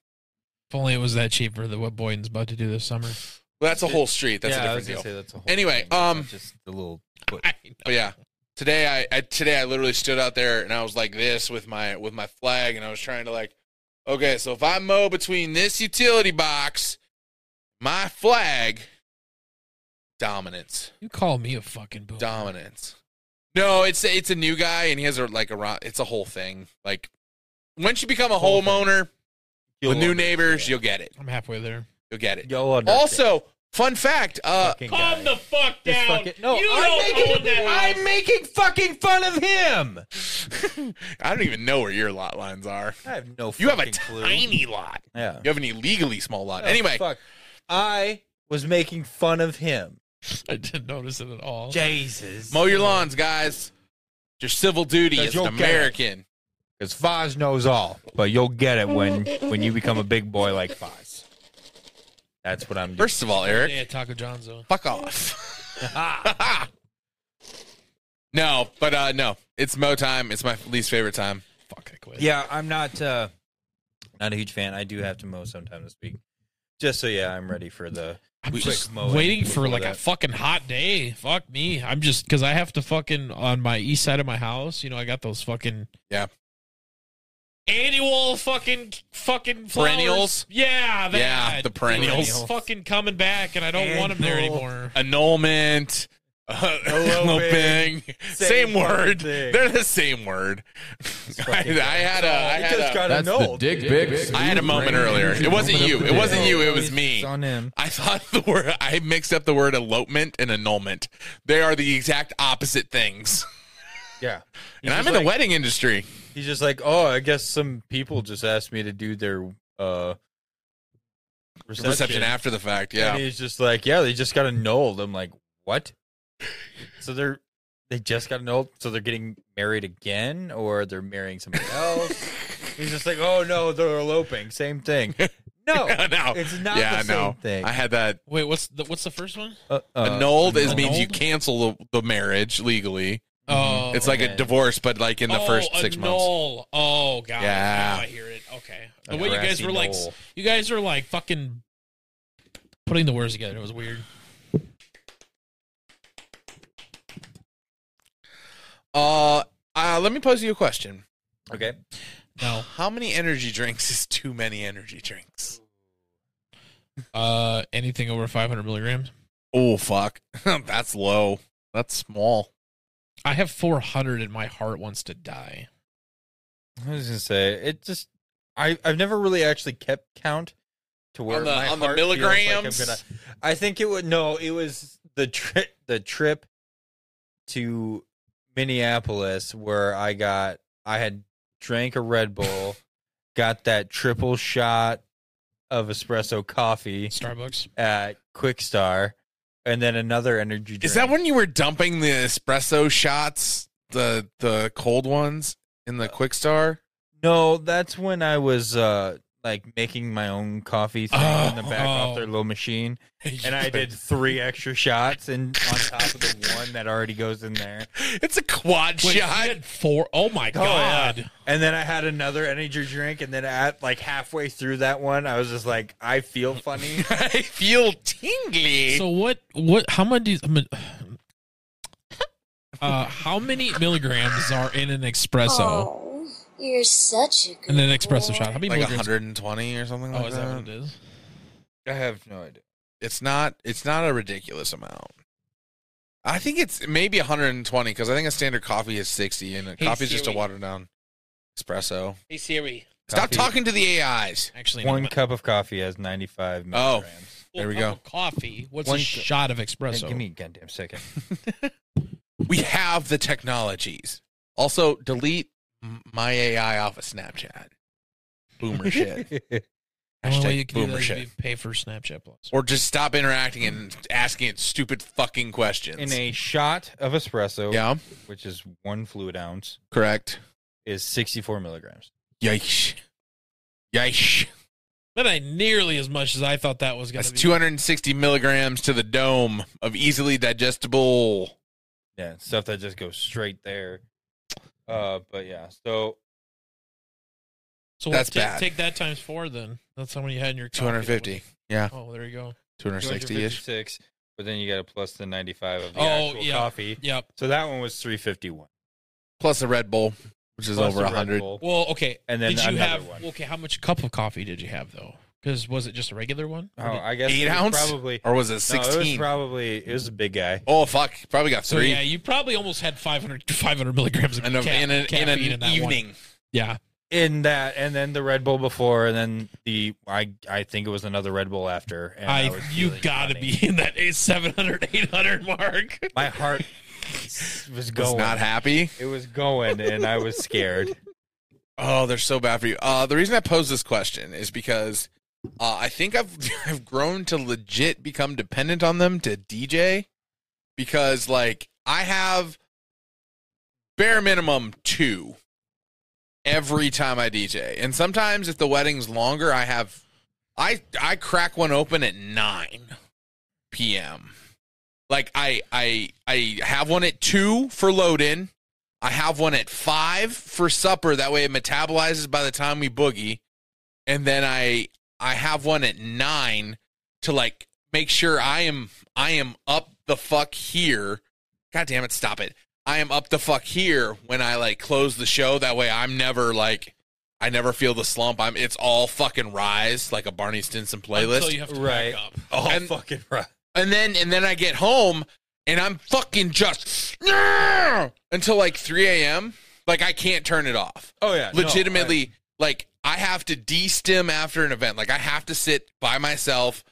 If only it was that cheap for the, what Boyden's about to do this summer.
Well, that's a whole street. That's
yeah, I
a
was
different
gonna
deal.
Say that's a whole
Anyway,
thing. It's not
um,
just the little.
I
But Oh, yeah, today I, I today I literally stood out there and I was like this with my with my flag and I was trying to like, okay, so if I mow between this utility box, my flag, dominance,
Oh,
You call me a fucking boomer.
dominance. No, it's it's a new guy and he has a like a ro- it's a whole thing. Like once you become a
Whole thing.
homeowner
You'll
with new
understand.
neighbors, you'll get it.
I'm halfway there.
You'll get it.
You'll understand.
Also, fun fact, uh,
Fucking guy.
fuck
This fucking- no, I'm making, I'm making fucking fun of him.
I don't even know where your lot lines are.
I have no.
You have a
fucking clue.
tiny lot.
Yeah.
You have an illegally small lot.
Oh,
anyway,
fuck. I was making fun of him.
I didn't notice it at all.
Jesus.
mow your lawns, guys. It's your civil duty
That's
as an
your gap.
American.
Because Foz knows all, but you'll get it when when you become a big boy like Foz. That's what I'm doing.
First of all,
Stay
Eric,
at Taco John's though.
fuck off.
Ha.
no, but uh no, it's mow time. It's my least favorite time.
Fuck, I quit.
yeah, I'm not uh, not a huge fan. I do have to mow sometime this week, just so yeah, I'm ready for the
I'm
We-
just
Quick mowing
waiting for
before
like a
that.
fucking hot day. Fuck me. I'm just because I have to fucking on my east side of my house. You know, I got those fucking
Yeah.
annual fucking fucking flowers.
Perennials?
Yeah, that.
Yeah, the perennials.
It's fucking coming back, and I don't want them there
Annual.
anymore.
annulment, uh,
Eloping.
eloping, same,
Same
word.
thing.
They're the same word. I, I
fucking
had a, I
It
had
just
a,
got
That's the
annulled.
dick pics.
I had a moment earlier. It wasn't you. It wasn't you. It was me.
It's on him.
I thought the word I mixed up the word elopement and annulment. They are the exact opposite things.
Yeah.
And I'm
He's
in
like-
the wedding industry.
He's just like, oh, I guess some people just asked me to do their uh
Reception, after the fact, yeah.
And he's just like, yeah, they just got annulled. I'm like, what? So they're they just got annulled. So they're getting married again, or they're marrying somebody else. he's just like, oh no, they're eloping. Same thing. No,
no.
it's not
yeah,
the same
no.
thing.
I had that
Wait, what's the what's the first one?
Uh, Oh. uh,
annulled is means you
Annulled?
cancel the, the marriage legally.
Oh,
Mm-hmm. it's like
okay.
a divorce, but like in the
Oh,
first six
a
months.
knoll. Oh god,
Yeah.
now I hear it. Okay, the
A
way you guys
grassy
were like,
knoll.
you guys were like fucking putting the words together. It was weird.
Uh, uh, let me pose you a question.
Okay.
No,
How many energy drinks is too many energy drinks?
uh, anything over 500 milligrams.
Oh fuck, that's low. That's small.
I have 400, and my heart wants to die.
I was gonna say it just. I I've never really actually kept count to where
On the-
my
on the
heart feels like I'm
milligrams?
gonna- I think it would no. It was the trip the trip to Minneapolis where I got I had drank a Red Bull, got that triple shot of espresso coffee
Starbucks.
at Quick Star, and then another energy drink.
Is that when you were dumping the espresso shots, the the cold ones in the quick star?
No, that's when I was uh like making my own coffee thing in the back
Oh.
off their little machine. and I did three extra shots, and on top of the one that already goes in there,
It's a quad
Wait, you
shot.
had four. Oh my
yeah.
god.
and then I had another energy drink, and then at like halfway through that one, I was just like, I feel funny.
I feel tingly.
So what? What? How many? I mean, uh, how many milligrams are in an espresso?
Oh, you're such a good
And an espresso
boy.
shot. How many
like
milligrams?
120 or something
Oh,
like
is that
that.
what it is?
I have no idea.
It's not. It's not a ridiculous amount. I think it's maybe 120 because I think a standard coffee is 60, and a
Hey,
coffee is just a
Siri.
watered down espresso.
Hey Siri.
Stop
Coffee-
talking to the AIs.
Actually,
One
no,
cup of coffee has ninety-five
Oh.
milligrams.
there we
cup
go.
of Coffee. What's
One
a
cu-
shot of
Man,
espresso?
give me a goddamn second.
We have the technologies. Also, delete m- my AI off of Snapchat. Boomer shit.
The only way
Hashtag
you can do
boomer
that is if
shit.
you pay for Snapchat Plus.
Or just stop interacting and asking it stupid fucking questions.
In a shot of espresso,
yeah,
which is one fluid ounce,
correct.
is sixty-four milligrams.
Yikes. Yikes.
That ain't nearly as much as I thought that was going
That's
to be.
260 milligrams to the dome of easily digestible.
Yeah, stuff that just goes straight there. Uh, but yeah, so
so
that's
ta-
bad.
Take that times four then. That's how many you had in your coffee.
250. Yeah,
Oh, there you go.
260 ish.
256, but then you got to plus the 95 of the
Oh,
actual
yeah.
coffee.
Yep.
So that one was 351.
Plus a Red Bull, which is
Plus
over
the Red
100.
Bull.
Well, okay.
And then
did you
another
have
one.
okay? How much cup of coffee did you have though? Because was it just a regular one? Or
Oh,
did-
I guess
Eight
it was
ounce?
Probably.
Or was it
No, it was
16?
probably it was a big guy.
oh, fuck. Probably got
so
three.
yeah, you probably almost had 500, 500 milligrams of
in, a,
ca-
in, an, in
caffeine
an
that one.
evening.
Yeah.
In that, and then the Red Bull before, and then the I I think it was another Red Bull after. And
I,
was
you
feeling
gotta
funny.
be in that 700, 800 mark.
My heart was
Was
going.
not happy.
it was going, and I was scared.
Oh, they're so bad for you. Uh, the reason I pose this question is because uh, I think I've I've grown to legit become dependent on them to DJ because like I have bare minimum two every time I DJ, and sometimes if the wedding's longer, I have I I crack one open at nine p.m. Like I I I have one at two for load in. I have one at five for supper. That way it metabolizes by the time we boogie. And then I I have one at nine to like make sure I am I am up the fuck here. God damn it, stop it. I am up the fuck here when I like close the show. That way I'm never like I never feel the slump. I'm it's all fucking rise like a Barney Stinson
Until
playlist.
you have to right.
Right.
back up.
Oh,
And-
fucking right.
and then and then I get home and I'm fucking just "Nah!" until like three AM. Like I can't turn it off
Oh yeah, no,
legitimately like I have to de-stim after an event. Like I have to sit by myself,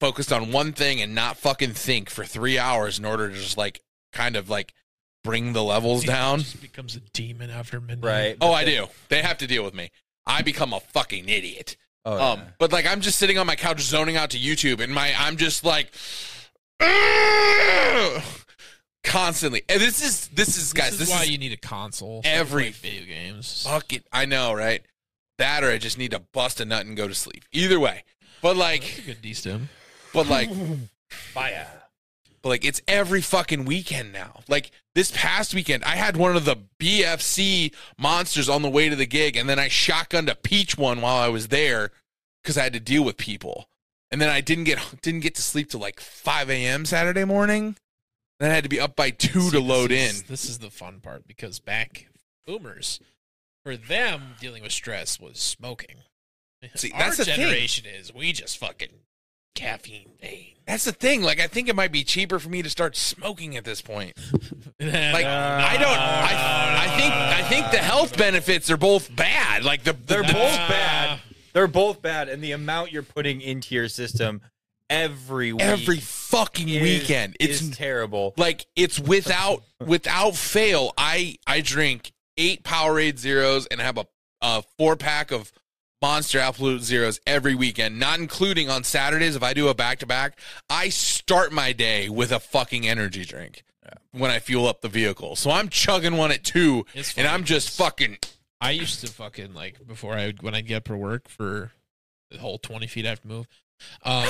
focused on one thing and not fucking think for three hours in order to just like kind of like bring the levels down.
Just becomes a demon after midnight.
right.
Oh, I do. They have to deal with me. I become a fucking idiot.
Oh, yeah.
Um, but like I'm just sitting on my couch zoning out to YouTube, and my I'm just like "Ugh," constantly. And this is this is guys.
this is
This
why
is
you need a console.
every-
to play video games.
Fuck it. I know, right? That or I just need to bust a nut and go to sleep. Either way. But
That's a
like
good D-stim.
but like
fire.
but like it's every fucking weekend now. Like this past weekend I had one of the BFC monsters on the way to the gig and then I shotgunned a peach one while I was there because I had to deal with people. And then I didn't get didn't get to sleep till like five AM Saturday morning. Then I had to be up by two
See,
to load
this
in.
is- This is the fun part because back boomers, for them dealing with stress was smoking.
See,
Our
that's the thing.
generation is we just fucking caffeine vein.
That's the thing. Like I think it might be cheaper for me to start smoking at this point. Like
like
I don't. I, I think. I think the health benefits are both bad. Like the,
They're
the
both bad. They're both bad, and the amount you're putting into your system every week
every fucking
is-
weekend. It's
is terrible.
like it's without without fail. I I drink eight Powerade zeros and have a, a four pack of Monster Absolute zeros every weekend, not including on Saturdays if I do a back to back. I start my day with a fucking energy drink. When I fuel up the vehicle, so I'm chugging one at two,
It's
and
funny
I'm just
because-
fucking
I used to fucking like before I when I would get up for work for the whole twenty feet I have to move. Um,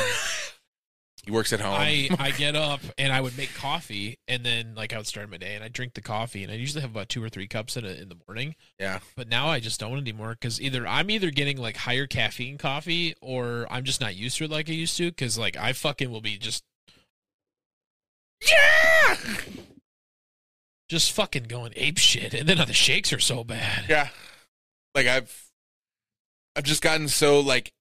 He works at home.
I I get up and I would make coffee and then like I would start my day and I drink the coffee and I usually have about two or three cups in a, in the morning.
Yeah.
But now I just don't anymore because either I'm either getting like higher caffeine coffee or I'm just not used to it like I used to because like I fucking will be just
yeah,
just fucking going ape shit and then the shakes are so bad.
yeah. Like I've, I've just gotten so like,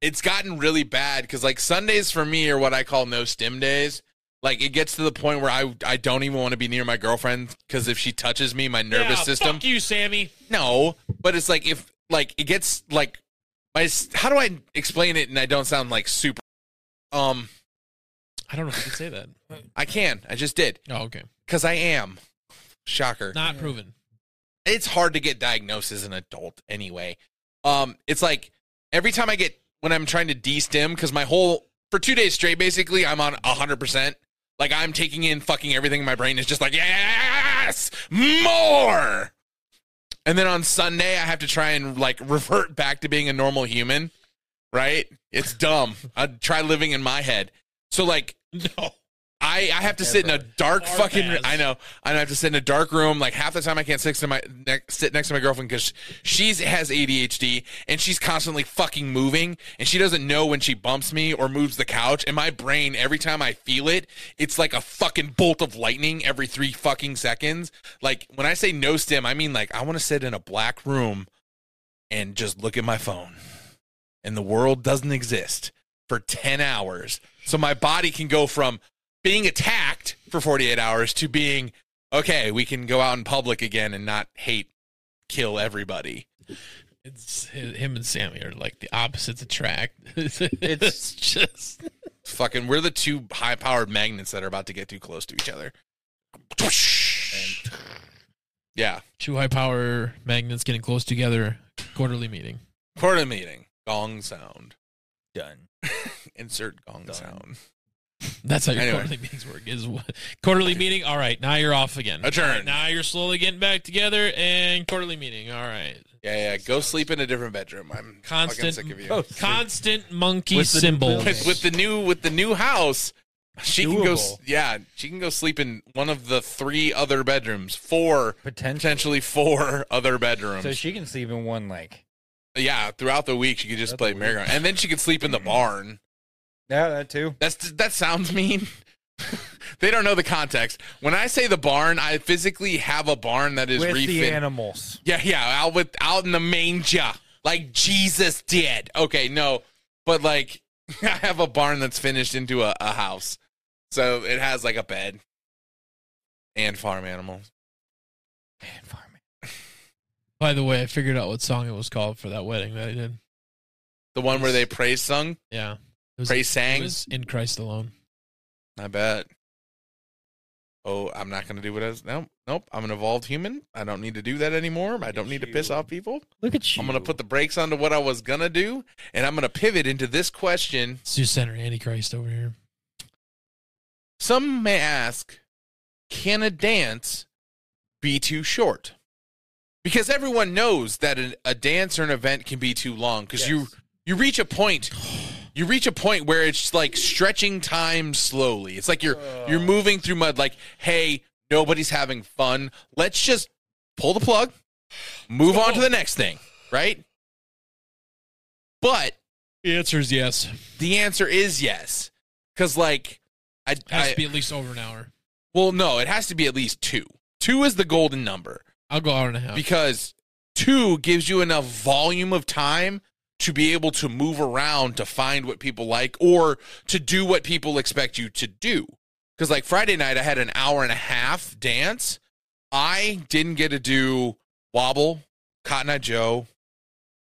it's gotten really bad because like Sundays for me are what I call no stim days. Like it gets to the point where I I don't even want to be near my girlfriend because if she touches me, my nervous
Yeah,
system.
Fuck you, Sammy.
No, but it's like if like it gets like my s- how do I explain it and I don't sound like super. Um,
I don't know if you can say that.
I can. I just did
Oh, okay.
because I am. Shocker.
Not proven.
it's hard to get diagnosed as an adult anyway. Um, it's like every time I get when I'm trying to de-stim because my whole for two days straight, basically, I'm on hundred percent. Like I'm taking in fucking everything in my brain is just like yes, more. And then on Sunday, I have to try and like revert back to being a normal human. Right? It's dumb. I try living in my head. So like
No.
I, I have to sit in a dark
Far
fucking.
past.
I know. I know. I have to sit in a dark room. Like half the time, I can't sit next to my ne- sit next to my girlfriend because she's has ADHD and she's constantly fucking moving and she doesn't know when she bumps me or moves the couch. And my brain, every time I feel it, it's like a fucking bolt of lightning every three fucking seconds. Like when I say no stim, I mean like I want to sit in a black room and just look at my phone, and the world doesn't exist for ten hours, so my body can go from being attacked for 48 hours to being okay we can go out in public again and not hate kill everybody
It's him and Sammy are like the opposites attract. It's, just
fucking we're the two high powered magnets that are about to get too close to each other yeah
two high power magnets getting close together. Quarterly meeting.
quarter meeting gong sound
Done.
insert gong
Done.
sound
That's how your
Anyway.
quarterly meetings work. Is what- quarterly meeting. All right, now you're off again.
Adjourn.
All right, now you're slowly getting back together and quarterly meeting. All right.
yeah yeah go sleep in a different bedroom i'm
Constant-
fucking sick of you
Oh,
Constant monkey
With the
symbol.
new
with, with the new with the new house she can go s-
Doable.
yeah she can go sleep in one of the three other bedrooms four
potential.
potentially four other bedrooms.
So she can sleep in one like
yeah, throughout the week she could just
Throughout
play
the week.
merry-go-round, and then she could sleep in the barn.
Yeah, that too.
That's that sounds mean. they don't know the context. When I say the barn, I physically have a barn that is
With the
refit.
animals.
Yeah, yeah, out with out in the manger, like Jesus did. Okay, no, but like I have a barn that's finished into a, a house, so it has like a bed and farm animals.
Man, farming.
By the way, I figured out what song it was called for that wedding that I did.
The one where they praise sung,
Yeah. It was,
praise
it
sang.
was in Christ alone.
I bet. Oh, I'm not gonna do what I was. Nope, nope. I'm an evolved human. I don't need to do that anymore. I don't need to piss off people.
Look at you.
I'm gonna put the brakes onto what I was gonna do, and I'm gonna pivot into this question.
Sioux Center Antichrist over here.
Some may ask, can a dance be too short? Because everyone knows that an, a dance or an event can be too long. Because you
Yes.
you reach a point, you reach a point where it's like stretching time slowly. It's like you're you're moving through mud. Like, hey, nobody's having fun. Let's just pull the plug, move on to the next thing, right? But
The answer is yes.
the answer is yes, because like I,
has
I
to be at least over an hour.
well, no, it has to be at least two. Two is the golden number
I'll go hour and a half.
because two gives you enough volume of time to be able to move around to find what people like or to do what people expect you to do. Because, like, Friday night, I had an hour and a half dance. I didn't get to do Wobble, Cotton Eye Joe,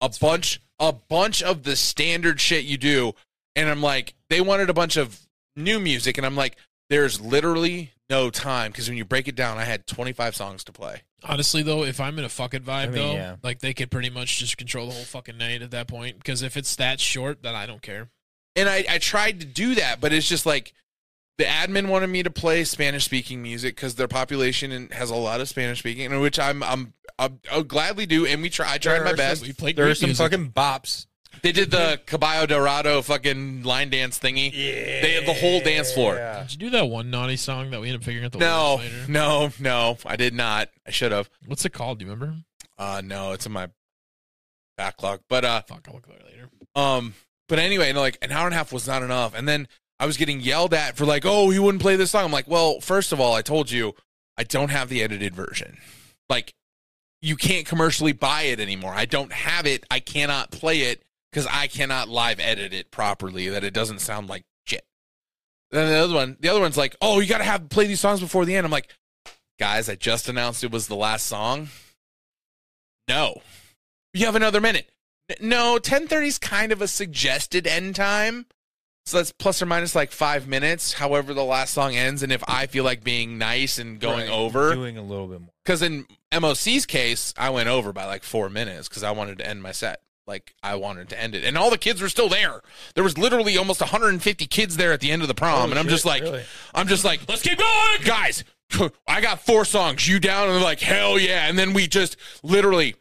a bunch, a bunch of the standard shit you do. And I'm like, they wanted a bunch of new music. And I'm like, there's literally no time. Because when you break it down, I had 25 songs to play.
Honestly, though, if I'm in a fucking vibe,
mean,
though,
yeah.
like they could pretty much just control the whole fucking night at that point. Because if it's that short, then I don't care.
and I, I tried to do that, but it's just like the admin wanted me to play Spanish speaking music because their population and has a lot of Spanish speaking, and which I'm I'm I'll, I'll gladly do. And we try. I tried
There
my
are
best.
We played
there are
Greek
some
music.
fucking bops.
They did the Caballo Dorado fucking line dance thingy.
Yeah.
They had the whole dance floor.
Did you do that one naughty song that we ended up figuring out the
No,
lyrics later?
no, no. I did not. I should have.
What's it called? Do you remember?
Uh, no, it's in my backlog. But uh,
Fuck, I'll look at it later.
Um, but anyway, and like an hour and a half was not enough. And then I was getting yelled at for like, oh, you wouldn't play this song. I'm like, well, first of all, I told you I don't have the edited version. Like, you can't commercially buy it anymore. I don't have it. I cannot play it because I cannot live edit it properly. That it doesn't sound like shit. Then the other one, the other one's like, oh, you gotta have play these songs before the end. I'm like, guys, I just announced it was the last song. No, you have another minute. N- No, 10:30 is kind of a suggested end time. So that's plus or minus like five minutes, however the last song ends. And if I feel like being nice and going
Right.
over,
Doing a little bit more.
because in MOC's case, I went over by like four minutes because I wanted to end my set. Like I wanted to end it, and all the kids were still there. There was literally almost 150 kids there at the end of the prom, and I'm just like, I'm just like, let's keep going, guys. I got four songs. You down? And they're like, hell yeah! And then we just literally,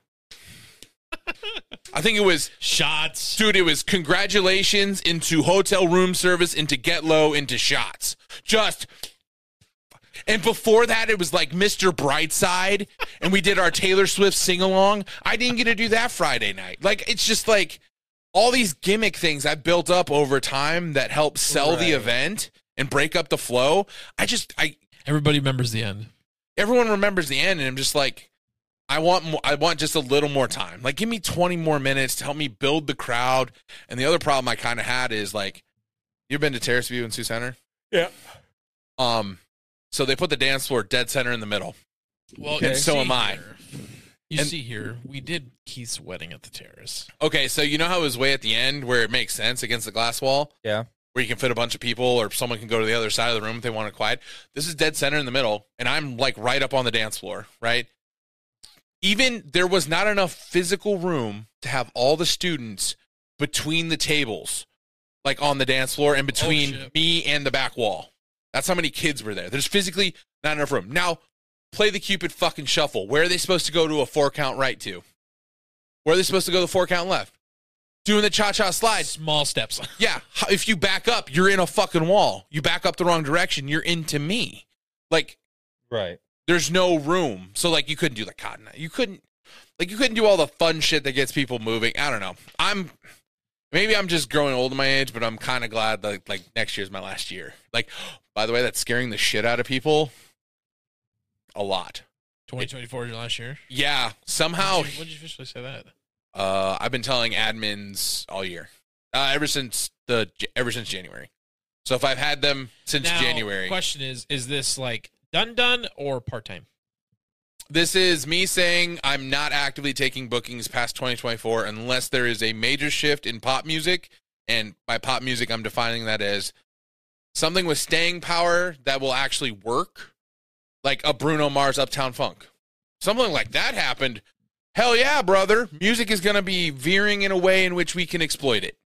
I think it was
Shots.
Dude, it was congratulations into hotel room service, into get low, into shots. Just. And before that, it was like Mr. Brightside, and we did our Taylor Swift sing along. I didn't get to do that Friday night. Like, it's just like all these gimmick things I've built up over time that help sell the
Right.
event and break up the flow. I just, I,
Everybody remembers the end.
everyone remembers the end and I'm just like I want more, I want just a little more time. Like give me 20 more minutes to help me build the crowd. And the other problem I kind of had is like you've been to Terrace View in Sioux Center?
Yeah.
Um so they put the dance floor dead center in the middle.
Well,
Okay.
you
so
see
am I.
here- You
And-
see here, we did Keith's wedding at the terrace.
Okay, so you know how it was way at the end where it makes sense against the glass wall?
Yeah.
Where you can fit a bunch of people or someone can go to the other side of the room if they want to quiet. This is dead center in the middle, and I'm like right up on the dance floor, right? Even there was not enough physical room to have all the students between the tables, like on the dance floor and between
shit.
me and the back wall. That's how many kids were there. There's physically not enough room. Now, play the Cupid fucking shuffle. Where are they supposed to go to a four count right to? Where are they supposed to go the four count left? Doing the cha cha slide.
Small steps.
Yeah, h- if you back up, you're in a fucking wall. You back up the wrong direction, you're into me. Like
Right.
there's no room. So like you couldn't do the cotton. You couldn't like you couldn't do all the fun shit that gets people moving. I don't know. I'm Maybe I'm just growing old in my age, but I'm kind of glad that like next year's my last year. Like, by the way, that's scaring the shit out of people a lot.
2024 your last year.
Yeah, somehow
When did you officially say that?
uh, I've been telling admins all year, uh, ever since the ever since January. So if I've had them since
Now,
January,
Question is, is this like done done or part time?
This is me saying I'm not actively taking bookings past 2024 unless there is a major shift in pop music. And by pop music, I'm defining that as something with staying power that will actually work, like a Bruno Mars Uptown Funk. Something like that happened. Hell yeah, brother. Music is going to be veering in a way in which we can exploit it.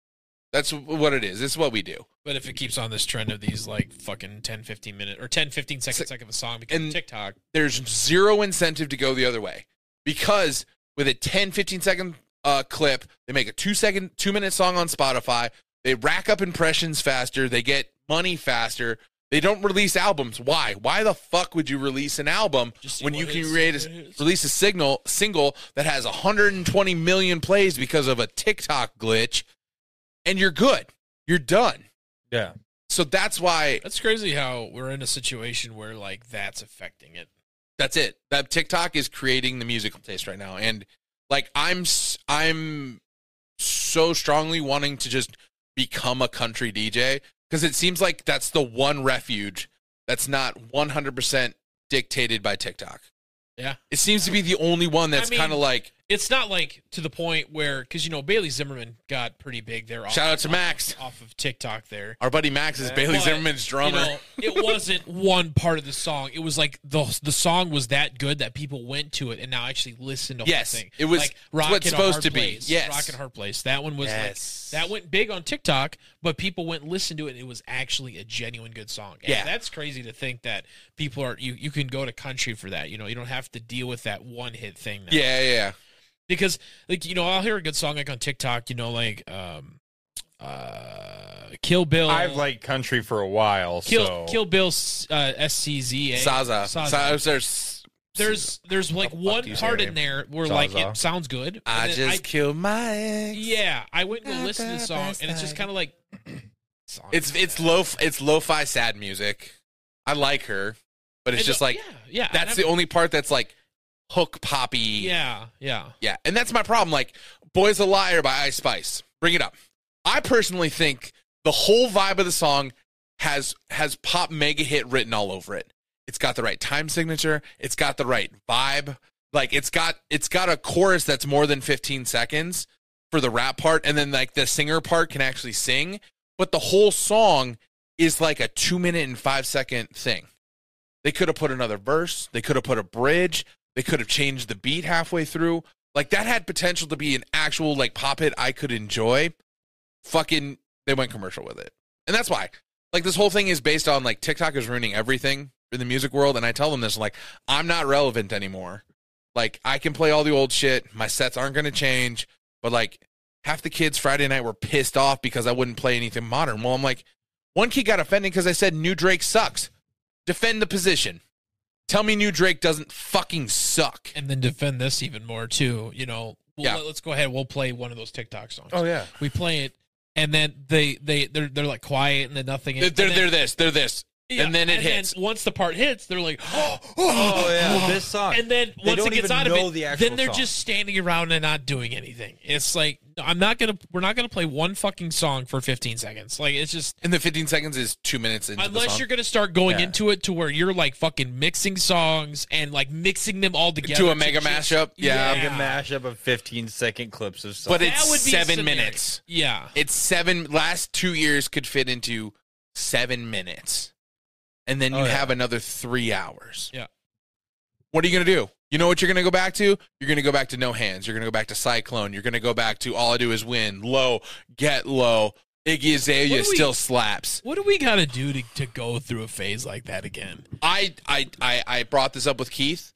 That's what it is. This is what we do.
But if it keeps on this trend of these like fucking 10, 15 minute or 10, 15 second
Se-
second of a song because
and-
of TikTok,
there's zero incentive to go the other way because with a 10 15 second uh, clip they make a two second two minute song on spotify they rack up impressions faster they get money faster they don't release albums why why the fuck would you release an album
Just see
when
what
you can
hits,
create
what
a,
hits.
release a signal single that has 120 million plays because of a tiktok glitch and you're good you're done
Yeah.
so that's why
that's crazy how we're in a situation where like that's affecting it.
that's it. That TikTok is creating the musical taste right now, and like I'm, s- I'm so strongly wanting to just become a country DJ because it seems like that's the one refuge that's not 100 percent dictated by TikTok.
Yeah.
it seems to be the only one that's
I mean,
kind of like
It's not like to the point where because you know Bailey Zimmerman got pretty big there. Off,
shout out to Max.
off of TikTok there.
Our buddy Max is
Yeah.
Bailey
But,
Zimmerman's
You
drummer.
know, it wasn't one part of the song. It was like the the song was that good that people went to it and now actually listen to the
Yes,
whole thing.
it was-
like
it's
rock
what's
and a
supposed
hard
to be.
place.
Yes.
rock and hard place. That one was like
Yes.
That went big on TikTok, but people went and listened to it and it was actually a genuine good song. And
Yeah.
That's crazy to think that people are you you can go to country for that. You know, you don't have to deal with that one hit thing now.
yeah, yeah, yeah.
Because like, you know, I'll hear a good song like on TikTok, you know, like um uh Kill Bill
I've liked country for a while.
Kill
so
Kill Bill uh SCZA.
Saza.
Saza.
Saza. There's,
There's there's like
fuck do
one
you say
part
her
in there where
Saza.
like it sounds good.
I
and then
just killed my ex.
Yeah, I went and
Not
listened to the
the
song
best
and it's just
thing.
kind of like
It's it's lo it's lo-fi sad music. I like her, but it's
And
just
the-
like
yeah, yeah.
that's
and
the only part that's like hook poppy.
I'm- yeah, yeah.
Yeah, and that's my problem. Like "Boy's a Liar" by Ice Spice. Bring it up. I personally think the whole vibe of the song has has pop mega hit written all over it. It's got the right time signature. It's got the right vibe. Like it's got it's got a chorus that's more than 15 seconds for the rap part, and then like the singer part can actually sing. But the whole song is like a two minute and five second thing. They could have put another verse. They could have put a bridge. They could have changed the beat halfway through. Like that had potential to be an actual like pop hit I could enjoy. Fucking they went commercial with it. And that's why. Like this whole thing is based on like TikTok is ruining everything in the music world. And I tell them this like, I'm not relevant anymore. Like I can play all the old shit. My sets aren't gonna change. But like half the kids Friday night were pissed off because I wouldn't play anything modern. Well, I'm like, one kid got offended because I said new Drake sucks. Defend the position. Tell me new Drake doesn't fucking suck.
And then defend this even more too, you know. We'll,
Yeah. Oh,
let's go ahead. We'll play one of those TikTok songs.
oh, yeah.
We play it and then they they they're, they're like quiet and then nothing
They're,
and then-
they're, they're this. They're this.
yeah,
and then it
then
hits.
once the part hits, they're like
Oh yeah. This song.
and then once
don't
it gets
even
out
know
of
the
it,
actual
then they're
song.
just standing around and not doing anything. It's like I'm not gonna, we're not gonna play one fucking song for 15 seconds. Like it's just
And the 15 seconds is two minutes into the
unless
song.
you're gonna start going
Yeah.
into it to where you're like fucking mixing songs and like mixing them all together
to a mega
just-
mashup. Yeah.
Yeah.
Like a mashup of 15 second clips of songs.
But
That
it's
would be a
seven
scenario.
minutes.
Yeah,
It's seven. Last two years could fit into seven minutes. And then you
Oh, yeah.
have another three hours.
Yeah.
What are you going to do? You know what you're going to go back to? You're going to go back to no hands. You're going to go back to cyclone. You're going to go back to all I do is win. Low, get low. Iggy Azalea
What do we-
still slaps.
what do we gotta do to to go through a phase like that again?
I, I I I brought this up with Keith.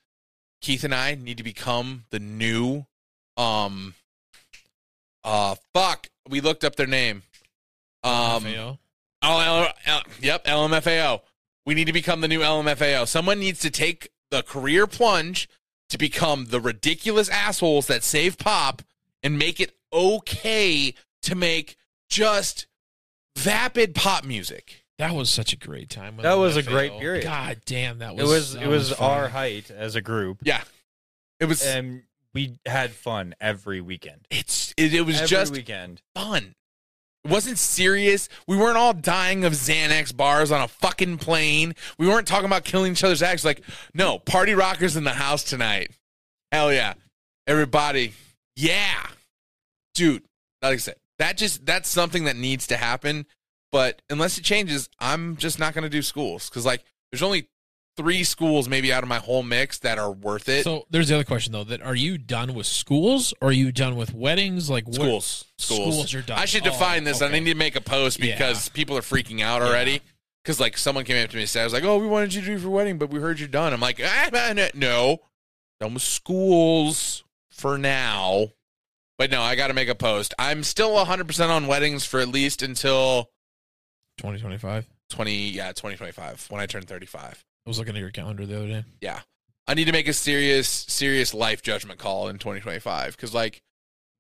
Keith and I need to become the new um uh fuck. We looked up their name. Um
FAO?
L- L- L- yep, LMFAO. We need to become the new LMFAO. Someone needs to take the career plunge to become the ridiculous assholes that save pop and make it okay to make just vapid pop music.
That was such a great time. with
That was a
LMFAO.
great period.
God damn, that
It
was
was
that
it was
fun.
our height as a group,
Yeah. It was
and we had fun every weekend.
it's it, it was
every
just
weekend.
fun. It wasn't serious. We weren't all dying of Xanax bars on a fucking plane. We weren't talking about killing each other's acts. Like, no, party rockers in the house tonight. Hell yeah. Everybody, yeah. Dude, like I said, that just that's something that needs to happen. But unless it changes, I'm just not gonna do schools. Cause like there's only three schools maybe out of my whole mix that are worth it.
So there's the other question though: that are you done with schools? Or are you done with weddings? Like what-
schools. Schools.
schools are done.
I should
Oh,
define this.
okay.
I need to make a post
Yeah.
because people are freaking out already. Because like someone came up to me and said, "I was like, oh, we wanted you to do your wedding, but we heard you're done." I'm like, ah, ah, no, no, done with schools for now. But no, I got to make a post. I'm still 100 percent on weddings for at least until
2025.
20, yeah, 2025 when I turn 35.
I was looking at your calendar the other day.
I need to make a serious, serious life judgment call in 2025 because like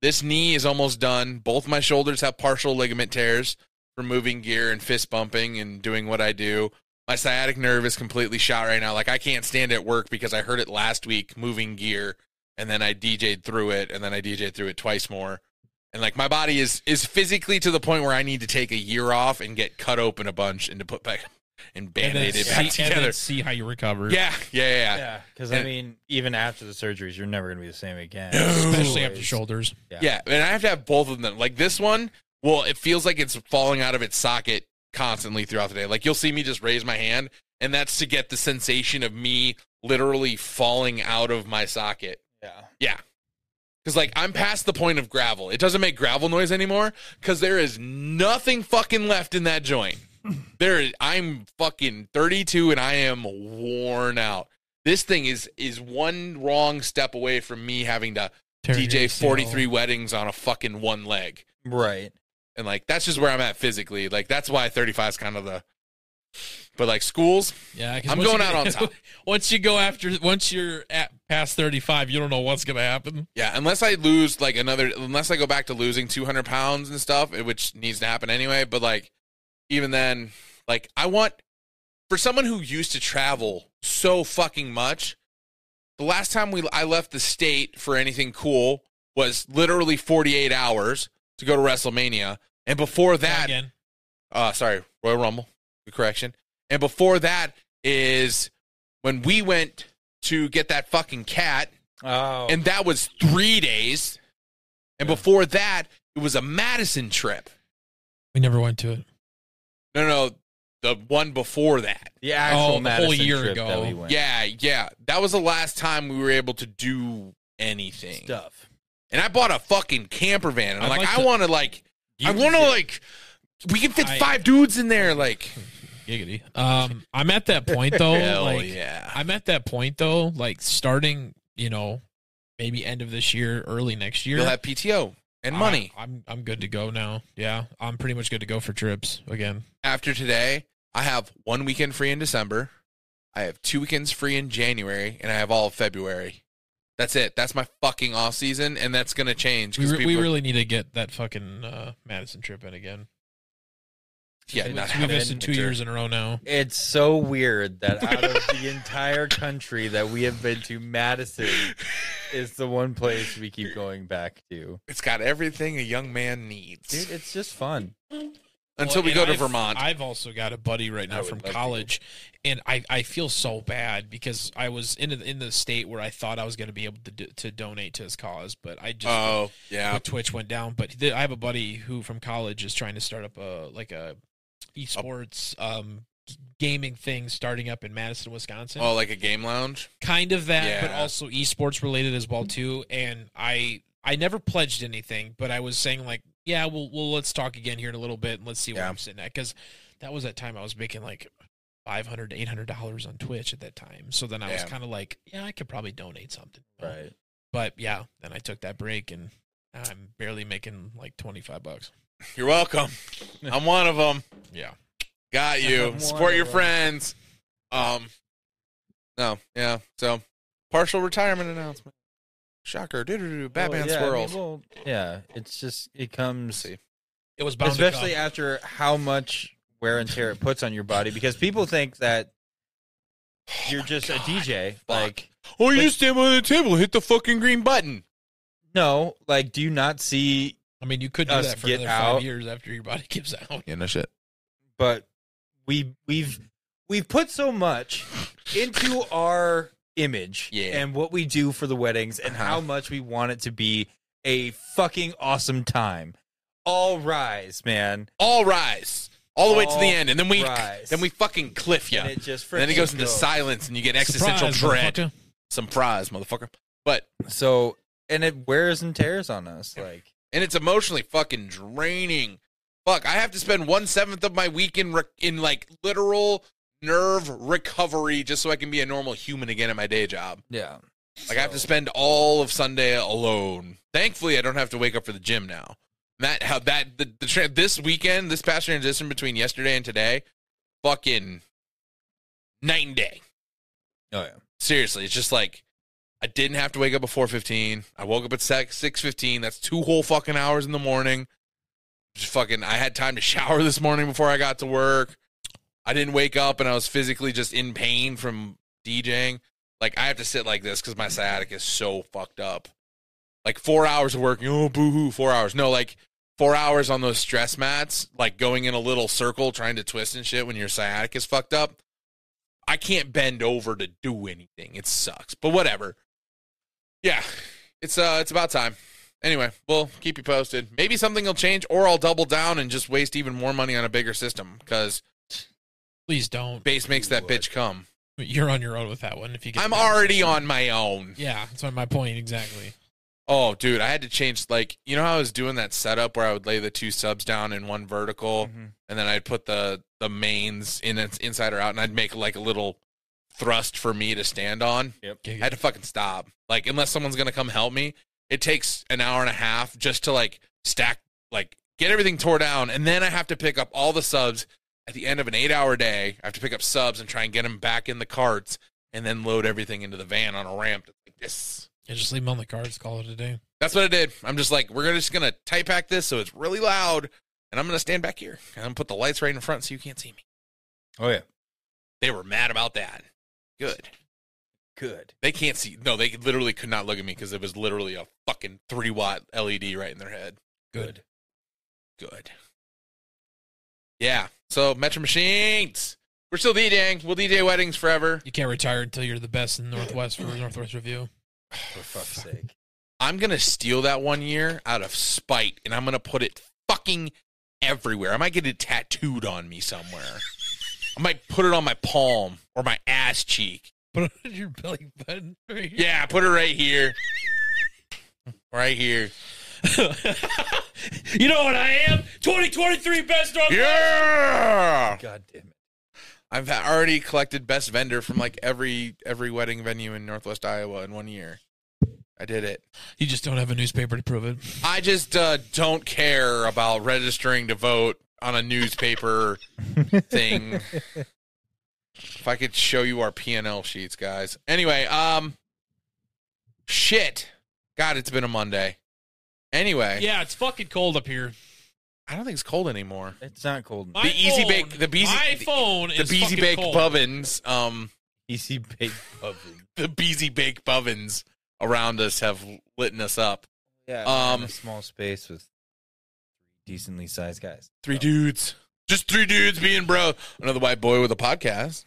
this knee is almost done. Both my shoulders have partial ligament tears from moving gear and fist bumping and doing what I do. My sciatic nerve is completely shot right now. Like I can't stand at work because I heard it last week moving gear and then I DJ'd through it and then I DJ'd through it twice more. And like my body is is physically to the point where I need to take a year off and get cut open a bunch and to put back and
And then
band-aid it
see-
back
and
together.
then see how you recover.
Yeah, yeah, yeah, yeah.
Yeah, because I
And-
mean, even after the surgeries, you're never gonna be the same again.
No.
especially
Always.
after shoulders.
Yeah. and I have to have both of them. Like this one, well, it feels like it's falling out of its socket constantly throughout the day. Like you'll see me just raise my hand, and that's to get the sensation of me literally falling out of my socket.
Yeah,
Cause like I'm past the point of gravel. It doesn't make gravel noise anymore. Cause there is nothing fucking left in that joint. There, is, I'm fucking 32 and I am worn out. This thing is is one wrong step away from me having to
Tear your
DJ
ACL.
43 weddings on a fucking one leg.
right.
And like that's just where I'm at physically. Like that's why 35 is kind of the. But like schools,
Yeah, 'cause
I'm
once you
going out
get-
on top.
once you go after, once you're at past 35, you don't know what's gonna happen.
yeah. Unless I lose like another, unless I go back to losing 200 pounds and stuff, eh, which needs to happen anyway. But like, even then, like I want for someone who used to travel so fucking much. The last time we I left the state for anything cool was literally 48 hours to go to WrestleMania, and before that,
Again,
uh sorry, Royal Rumble. Good correction. And before that is when we went to get that fucking cat,
Oh,
and that was three days. And before that, it was a Madison trip.
we never went to it.
No, no, the one before that.
the actual
Oh, the whole
Madison
year
trip
ago.
that we went.
Yeah, yeah. That was the last time we were able to do anything.
stuff.
And I bought a fucking camper van, and I'm
I'd
like,
like
I
to-
want to like, I
Use
want to
it.
like, we can fit
I-
five dudes in there. Like,
Giggity. Um, I'm at that point though.
hell
like,
yeah.
I'm at that point though. Like starting, you know, maybe end of this year, early next year.
You'll have PTO and money.
I, am I'm good to go now. Yeah, I'm pretty much good to go for trips again.
after today, I have one weekend free in December. I have two weekends free in January, and I have all of February. That's it. That's my fucking off season, and that's gonna change.
We,
'cause
re- we
people-
really need to get that fucking uh, Madison trip in again.
yeah,
We've
not
we've
happening.
missed it two
Winter.
years in a row now.
It's so weird that out of the entire country that we have been to, Madison is the one place we keep going back to.
It's got everything a young man needs.
Dude, it's just fun.
Well,
Until we
and
go to
I've-
Vermont,
I've also got a buddy right
I
now
would
from
love to go.
college, and I, I feel so bad because I was in the, in the state where I thought I was going to be able to do, to donate to his cause, but I just
oh yeah,
the Twitch went down. But th- I have a buddy who from college is trying to start up a like a esports um g- gaming thing starting up in Madison, Wisconsin.
oh like a game lounge.
kind of that, but
Yeah.
also esports related as well too. And I I never pledged anything, but I was saying like, yeah, well, well, let's talk again here in a little bit and let's see where
Yeah.
I'm sitting at because that was that time I was making like. 500 800 dollars on Twitch at that time. So then I was
Yeah.
kind of like, yeah, I could probably donate something.
Right.
But yeah, then I took that break and now I'm barely making like 25 bucks.
You're welcome. I'm one of them.
Yeah.
Got you.
I'm
Support your
wonderful.
friends. Um, no, yeah. So, partial retirement announcement. Shocker. Doo-doo-doo. Batman
Well, yeah, I mean,
swirls.
well, yeah, it's just, it comes
see.
It was bound
especially
to come.
after how much wear and tear it puts on your body because people think that you're just a DJ. Like,
Oh, you
Like-
stand by the table, hit the fucking green button.
no, like, do you not see?
I mean, you could do
us
that for
get
another
out.
five years after your body gives out.
Yeah, no shit.
But we we've we've put so much into our image
Yeah.
and what we do for the weddings and
Uh-huh.
how much we want it to be a fucking awesome time. All rise, man.
All rise, all the way to
All
the end, and then we
rise.
then we fucking cliff you.
And
And,
it just
then it goes
frickin'
into
goes.
silence, and you get existential
Surprise,
dread.
motherfucker.
Some fries, motherfucker. But
So and it wears and tears on us. Like
and it's emotionally fucking draining. Fuck, I have to spend one seventh of my week in rec- in like literal nerve recovery just so I can be a normal human again at my day job.
yeah.
Like I have to spend all of Sunday alone. Thankfully, I don't have to wake up for the gym now. That how that the, the tra- this weekend, this past transition between yesterday and today, fucking night and day.
Oh yeah.
Seriously, it's just like I didn't have to wake up at four fifteen. I woke up at six fifteen. That's two whole fucking hours in the morning. Just fucking, I had time to shower this morning before I got to work. I didn't wake up and I was physically just in pain from DJing. Like I have to sit like this because my sciatic is so fucked up. Like four hours of working. Oh boo hoo, four hours. No, like four hours on those stress mats, like going in a little circle trying to twist and shit when your sciatic is fucked up. I can't bend over to do anything. It sucks, but whatever. Yeah, it's uh, it's about time. Anyway, we'll keep you posted. Maybe something will change, or I'll double down and just waste even more money on a bigger system because
Please don't.
base makes that bitch come.
You're on your own with that one. If you get
I'm
that.
already on my own.
Yeah, that's my- my point exactly.
Oh, dude, I had to change. Like, you know how I was doing that setup where I would lay the two subs down in one vertical,
Mhm.
and then I'd put the the mains in its inside or out, and I'd make like a little thrust for me to stand on. I had to fucking stop. Like, unless someone's gonna come help me, it takes an hour and a half just to like stack, like get everything tore down, and then I have to pick up all the subs at the end of an eight-hour day. I have to pick up subs and try and get them back in the carts, and then load everything into the van on a ramp. Like this.
Yeah, just leave them on the cards. Call it a day.
That's what I did. I'm just like, we're gonna- just gonna type hack this so it's really loud, and I'm gonna stand back here and I'm gonna put the lights right in front so you can't see me.
Oh yeah.
They were mad about that. Good.
Good.
They can't see. No, they literally could not look at me because it was literally a fucking three watt LED right in their head.
Good.
Good. Yeah. So Metro Machines, we're still DJing. We'll DJ weddings forever.
You can't retire until you're the best in Northwest for Northwest Review.
For fuck's sake.
I'm gonna steal that one year out of spite, and I'm gonna put it fucking everywhere. I might get it tattooed on me somewhere. I might put it on my palm or my ass cheek.
Put it on your belly button.
Yeah, put it right here. Right here.
you know what I am? 2023 best Northwest.
Yeah.
God damn it.
I've already collected best vendor from like every every wedding venue in Northwest Iowa in one year. I did it.
You just don't have a newspaper to prove it.
I just uh, don't care about registering to vote on a newspaper thing. If I could show you our P and L sheets, guys. Anyway, um, shit, God, it's been a Monday. Anyway,
Yeah, it's fucking cold up here.
I don't think it's cold anymore.
It's not cold.
My
easy
phone-
bake- the beezy-
my
the-
phone
The
is
Beezy
fucking
Bake
cold.
Bubbins, um,
Easy baked oven.
the Beezy Bake Bubbins around us have lit us up.
Yeah.
Um,
in a small space with decently sized guys.
Three dudes. Just three dudes being bro. Another white boy with a podcast.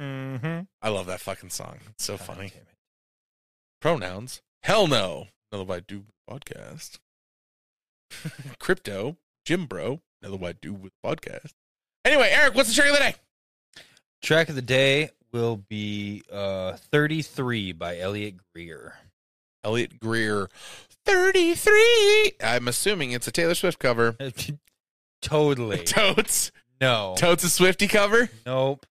Mm-hmm.
I love that fucking song. It's so funny. Pronouns. Hell no. Another white dude with a podcast. Crypto. Jim Bro. Another white dude with a podcast. Anyway, Eric, what's the trick of the day?
Track of the day will be uh 33 by Elliot Greer.
Elliot Greer. 33. I'm assuming it's a Taylor Swift cover.
totally.
Totes.
No.
Totes a Swifty cover.
Nope.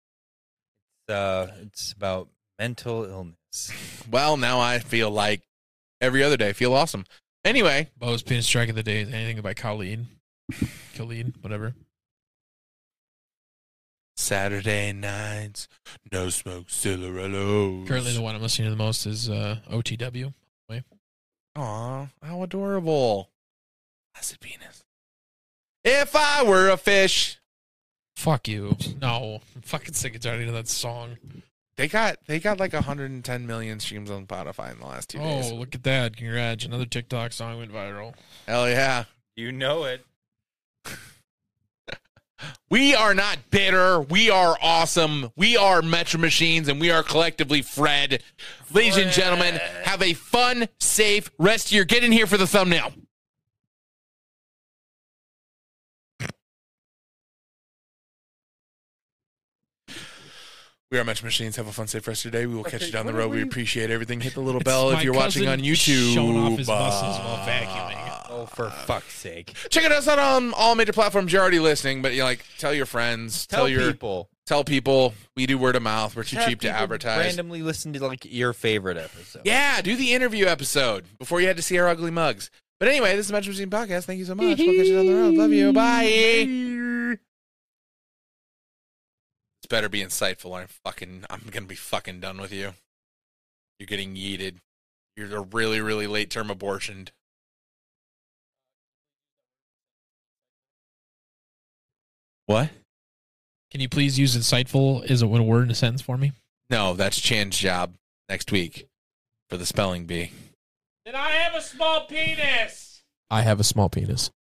It's uh it's about mental illness.
Well, now I feel like every other day. I feel awesome. Anyway,
Bo's penis track of the day is anything by Colleen. Colleen, whatever.
Saturday nights, no smoke cigarillos.
Currently, the one I'm listening to the most is uh, OTW.
Aw, how adorable. Placid penis. If I were a fish,
Fuck you. No, I'm fucking sick and tired of that song.
they got they got like 110 million streams on Spotify in the last two days.
Oh, look at that! Congrats, another TikTok song went viral.
Hell yeah.
You know it.
We are not bitter. We are awesome. We are Metro Machines, and we are collectively Fred. Ladies and gentlemen, have a fun, safe rest of your. Get in here for the thumbnail. We are Metro Machines. Have a fun, safe rest of your day. We will catch you down the road. We appreciate everything. Hit the little bell
It's
if
my
you're watching on
cousin
YouTube.
showing off his muscles while vacuuming.
Oh, for
Uh,
fuck's sake.
Check it out on all major platforms. You're already listening, but you like tell your friends, tell,
Tell,
your
people.
tell people. We do word of mouth. We're too
Have
cheap to
people
advertise.
Randomly listen to like your favorite episode.
Yeah, do the interview episode before you had to see our ugly mugs. But anyway, this is Metro Machine Podcast. Thank you so much. We'll catch you down the road. Love you. Bye. It's better be insightful or I'm fucking I'm gonna be fucking done with you. You're getting yeeted. You're a really, really late term abortioned. What?
Can you please use insightful as a a word in a sentence for me?
No, that's Chan's job next week for the spelling bee.
I have a small penis.